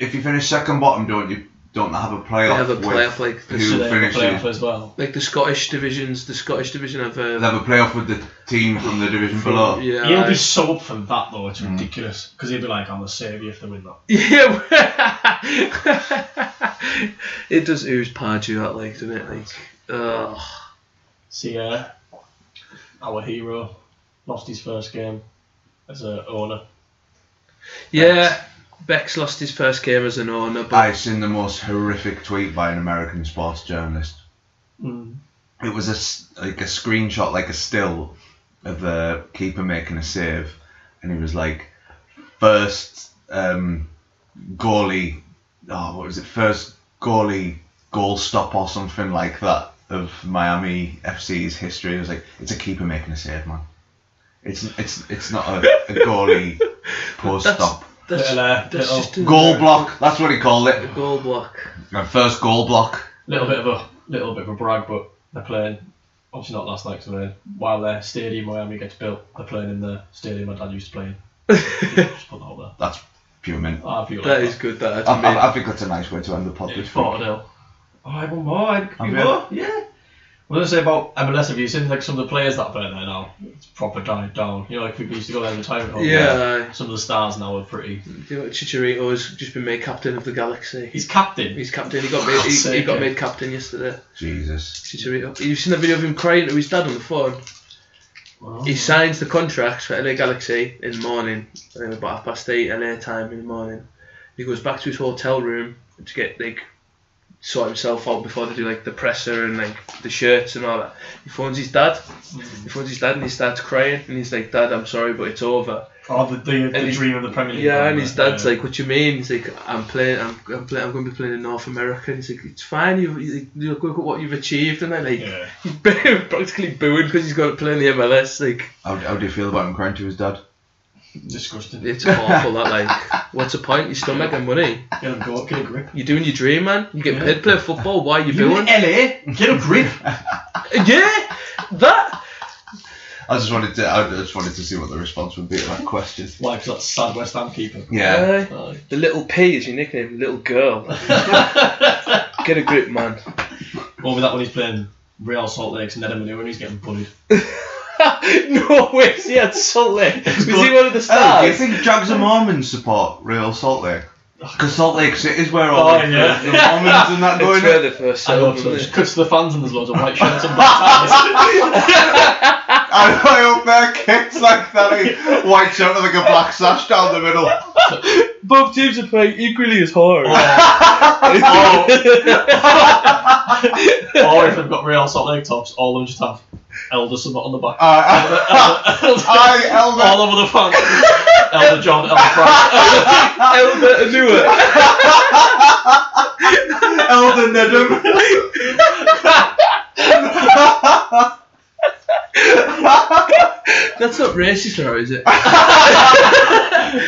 if you finish second bottom, don't you don't have a playoff?
have a
with
playoff, like, this
who
so they were
finishes?
playoff as well.
like the Scottish divisions, the Scottish division of uh,
They have a playoff with the team from the division below.
yeah,
He'll
I-
be so up for that though. It's ridiculous because he'll be like, "I'm a savior if they win that."
Yeah. it does ooze Pardew out like, doesn't it? Like, ugh.
See, uh, our hero lost his first game as a owner.
Yeah, Beck's lost his first game as an owner, but
I seen the most horrific tweet by an American sports journalist.
Hmm.
It was a s- like a screenshot, like a still of the keeper making a save, and he was like, first um, goalie, oh, what was it? First goalie goal stop or something like that of Miami FC's history. It was like it's a keeper making a save, man. It's it's it's not a, a goalie post stop.
that's,
Little, uh,
that's
little
just a
Goal block. That's what he called it.
Goal block.
My first goal block.
little bit of a little bit of a brag, but they're playing. Obviously not last night's they're While their stadium Miami gets built, they're playing in the stadium my dad used to play in. Just put that out there.
That's pure mint.
I feel
That
like
is good. That
I,
I mean,
I, I think that's a nice way to end the
Oh,
pod
It's
this week.
Fortnite. Oh, I want more. I could be
I'm
more. Yeah. What did I say about MLS? Have you seen like some of the players that are there now? It's proper died down. You know, like people used to go there in retirement home.
yeah,
Some of the stars now are pretty.
you know, Chicharito has just been made captain of the galaxy.
He's captain.
He's captain. He got made.
God's
He, he
sake,
got
yeah.
made captain yesterday.
Jesus.
Chicharito. You've seen the video of him crying to his dad on the phone. He signs the contracts for LA Galaxy in the morning, um, about half past eight LA time in the morning. He goes back to his hotel room to get like sort himself out before they do like the presser and like the shirts and all that. He phones his dad. He phones his dad and he starts crying and he's like, "Dad, I'm sorry, but it's over."
Oh, the, the, the
he's-
dream of the Premier League.
Yeah,
wasn't
and
it?
his dad's
Yeah.
like, "What you mean?" He's like, "I'm playing. I'm, I'm playing. I'm going to be playing in North America." And he's like, "It's fine. You you you look at what you've achieved." And I like,
Yeah.
he's practically booing because he's got to play in the MLS. Like,
How, how do you feel about him crying to his dad?
Disgusting. Get
It's awful that like what's the point? You're still making money.
a, go- get a grip.
You're doing your dream man. You get paid to play football, why are you
You
doing
in LA? Get a grip.
Yeah! That
I just wanted to. I just wanted to see what the response would be to that question.
Why? Because that's sad West Ham keeper.
Yeah.
Aye.
Aye.
the little P is your nickname, little girl. get a grip man.
Well, with that one, he's playing Real Salt Lake's Ned Manu and he's getting bullied.
no way is he had Salt Lake. Was he one of the
Oh, do you
stars?
think Jags and Mormons support Real Salt Lake? Because Salt Lake City is where all
Oh,
the,
yeah.
the Mormons and that
It's
going.
where
in.
the first
I
album
hope so.
is.
Just cuts to the fans and there's loads of white shirts and black ties.
I hope their kids like that. eh? He wipes out with like a black sash down the middle.
Both teams are playing equally as hard.
oh,
or if they've got real Salt Lake tops, all of them just have Elder Summit on the back.
uh, I,
Oh. all
Elmer.
over the front. Elder John, Elder Frank.
Elder Anua.
Elder Nedham.
That's not racist, though, is it?
I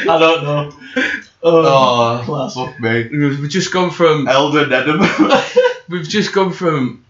don't know. Oh,
Oh,
Class.
fuck me.
We've just gone from.
Elder Nedham.
We've just gone from.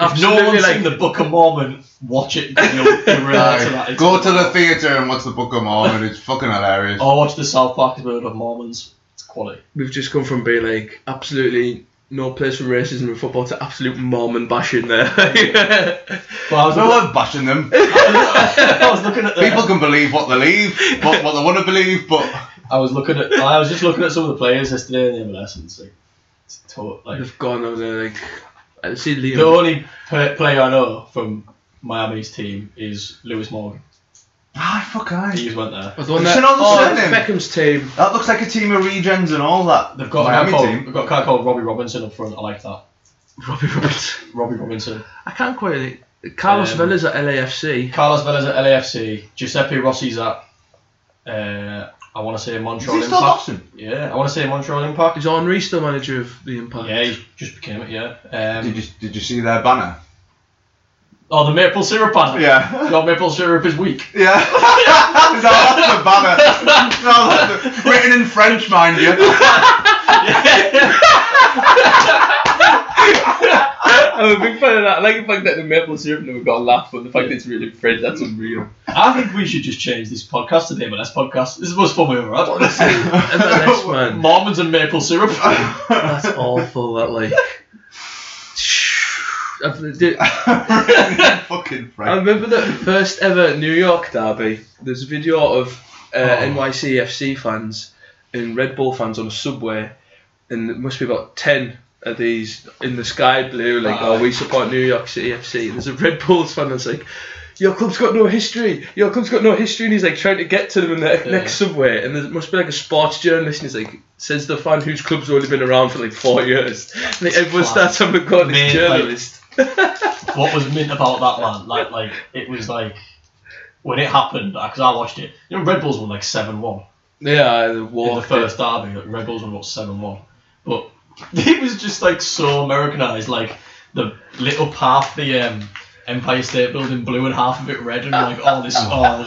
if no
Absolutely,
one's
like
seen the Book of Mormon, watch it. and You'll, you'll realise that. It's
Go to the theatre and watch the Book of Mormon. It's fucking hilarious.
Or watch the South Park episode of Mormons. It's quality.
we've just come from being like absolutely no place for racism in football to absolute Mormon bashing there.
But I was,
No
looking,
one bashing them.
I was looking at the,
People can believe what they believe, what, what they want to believe, but
I was looking at. I was just looking at some of the players yesterday in the MLS and it's like, it's to- like
They've gone over there like. I see Liam.
the only play, player I know from Miami's team is Lewis Morgan.
ah, fuck I.
He just went there.
Was the one
It's
that-
another
oh,
surname.
Beckham's team.
That looks like a team of regens and all that.
They've got a guy
Miami
called,
team.
they've got a guy called Robbie Robinson up front. I like that.
Robbie Roberts.
Robbie Robinson.
I can't quite. Carlos
Um,
Vela's at LAFC.
Carlos Vela's at LAFC. Giuseppe Rossi's at. Uh, I want to say Montreal
Is he still
Impact.
boxing?
Yeah, I want to say Montreal Impact.
Is Henri still manager of the Impact?
Yeah, he just became it. Yeah. Um,
Did you did you see their banner?
Oh, the maple syrup banner.
Yeah.
Your maple syrup is weak.
Yeah. no, that's the banner. No, that's the, written in French, mind you.
I'm a big fan of that. I like the fact that the maple syrup never got a laugh, but the fact that it's really French, that's unreal.
I think we should just change this podcast to the MLS podcast. This is the most fun we've ever had.
and the next one.
Mormons and maple syrup.
That's awful, that like. Uh, I've- did-
Written in fucking
I
French.
remember the first ever New York derby. There's a video of uh,
Oh.
NYCFC fans and Red Bull fans on a subway, and there must be about ten of these in the sky blue, like,
Ah.
"Oh, we support New York City FC." And there's a Red Bulls fan that's like. Your club's got no history. Your club's got no history, and he's like trying to get to them in the next subway. And there must be like a sports journalist, and he's like says the fan whose club's only been around for like four years. And like, everyone
class.
starts on the corner.
Mate,
this
like-
journalist.
what was mint about that man? Like, like it was like when it happened because I watched it. You know, Red Bulls won like seven one
yeah, the
in
war.
the first derby. Like, Red Bulls won about seven one, but it was just like so Americanized. Like the lit up half the um, Empire State Building blue and half of it red, and like all this. Oh,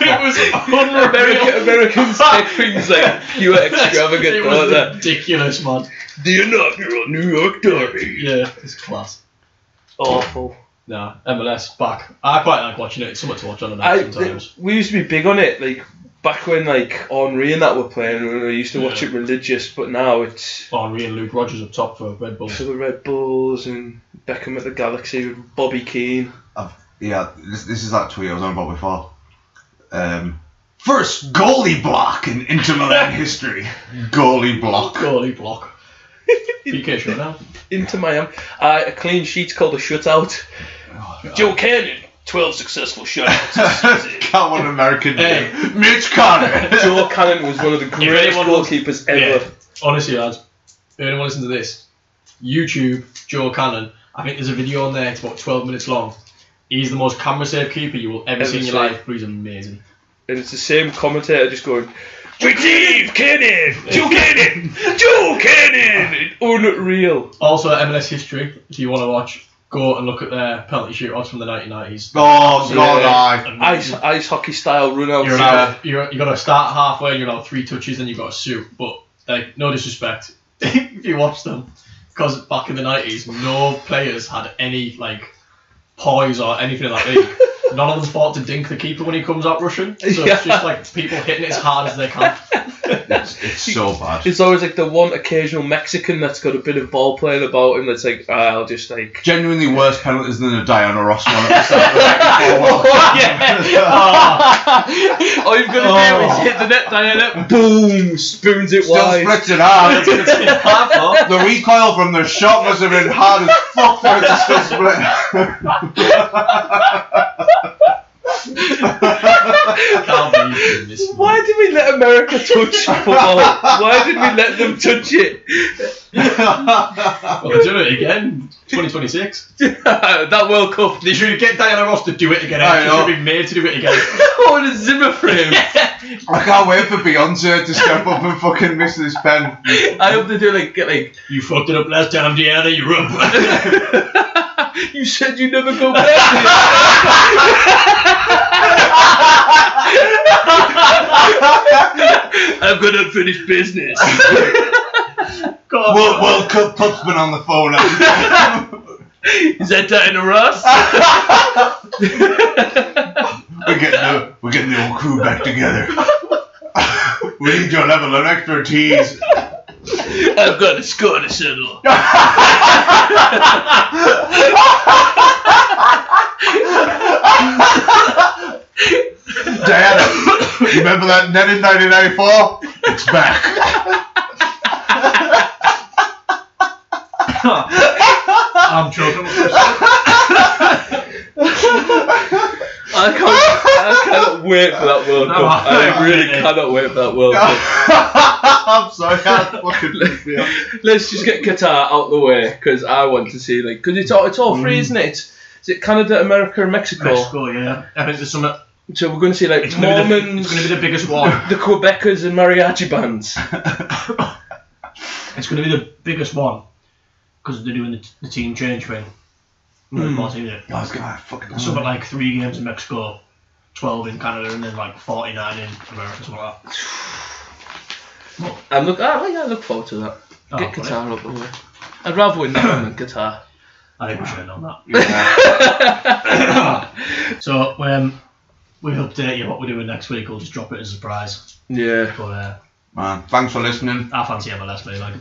it was unreal.
American, Americans take things like pure extravagant,
it
don't
was
they?
ridiculous, man.
The inaugural New York Derby.
Yeah, it's class.
Awful.
Nah, MLS back. I quite like watching it. It's so much to watch on the
I,
night sometimes.
we used to be big on it, like back when like Henri and that were playing, and we used to watch
Yeah.
it religious. But now it's
Henry and Luke Rogers up top for Red Bull.
for the Red Bulls and Beckham at the Galaxy with Bobby Keane.
I've, yeah, this, this is that tweet I was on about before. Um, first goalie block in Inter Milan history. Goalie block.
Goalie block. PK showdown.
Into Miami, uh, a clean sheet's called a shutout. Joe Cannon, twelve successful shutouts.
Can't want American
Hey.
name. Mitch Connor.
Joe Cannon was one of the greatest
anyone was-
goalkeepers ever.
Honestly, lads, if anyone listen to this, YouTube, Joe Cannon, I think there's a video on there, it's about 12 minutes long. He's the most camera safe keeper you will ever, see in your
seen.
life, but he's amazing.
And it's the same commentator just going, We Cannon! Joe Cannon! Joe Cannon! Unreal.
Also, MLS history, if you want to watch, go and look at their penalty shootouts from the 1990s.
Oh, God,
Yeah.
I.
Ice, ice hockey style run out.
You're
Yeah.
allowed, you're, you got to start halfway and you're allowed three touches, then you've got to shoot. But, like, no disrespect, if you watch them, because back in the 90s, no players had any, like, poise or anything like that. None of them thought to dink the keeper when he comes out rushing. So it's just, like, people hitting it as hard as they can.
It's, it's so bad.
There's always like the one occasional Mexican that's got a bit of ball playing about him that's like, "Ah, I'll just like.
Genuinely worse penalties than a Diana Ross one at the start of the second quarter.
All you've got to Oh. do is hit the net, Diana. Boom! Spoons it
Still
wide.
splits it hard.
Half off.
The recoil from the shot must have been hard as fuck for it to still split.
Can't believe you're in this.
Why did we let America touch football? Why did we let them touch it?
Well, they're doing it again. 2026.
that World Cup.
They should get Diana Ross to do it again.
I
She
know.
should be made to do it again.
What a Zimmer frame.
I can't wait for Beyonce to step up and fucking miss this pen.
I hope they do like get like
you fucked it up last time, Diana. You're up.
you said you never go back. I'm gonna finish business.
God.
World, World Cup Puffman on the phone. I
Is that Diana Ross?
We're getting the we're getting the old crew back together. we need your level of expertise.
I've got a score to settle.
Diana, remember that net in 1994? It's back.
I'm joking.
I can't. I cannot wait for that World Cup. I really cannot wait for that World Cup.
I'm sorry, I can't fucking feel.
Let's just get Qatar out the way because I want to see like because it's all it's all free, isn't it? It's- Is it Canada, America, and Mexico?
Mm. Mexico, yeah. I think there's some.
So we're going to see like
It's gonna, be the,
Mormons,
it's gonna be the biggest one.
the Quebecers, and mariachi bands.
It's going to be the biggest one because they're doing the, the team change thing. Mm. More teams in.
I was gonna fucking.
Something like three games in Mexico, 12 in Canada, and then like 49 in America, something like that.
I'm look. I, I look forward to that.
Oh,
Get
funny.
Qatar out the way. I'd rather win that one than Qatar.
I think we should have known that.
Yeah.
So um, we'll update you what we're doing next week. We'll just drop it as a surprise.
Yeah.
But uh,
Man, thanks for listening.
I fancy MLS, mate. Like,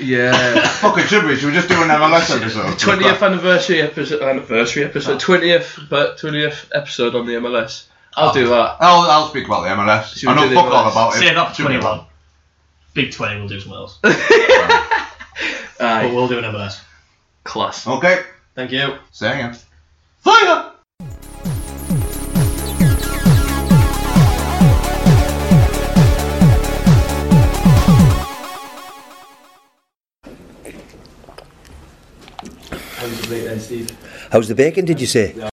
Yeah.
Fuck it, should we? Should we just do an MLS episode?
Twentieth anniversary episode. Anniversary episode. Twentieth, but twentieth episode on the MLS. I'll do that.
I'll, I'll speak about the MLS.
Should we
I know
do the
fuck all
MLS?
about it.
save that for
Should we?
21. Big 20, we'll do something else. but
Aye.
we'll do an MLS.
Class.
Okay,
Thank you.
see ya.
Fire!
How's the bacon, did you say?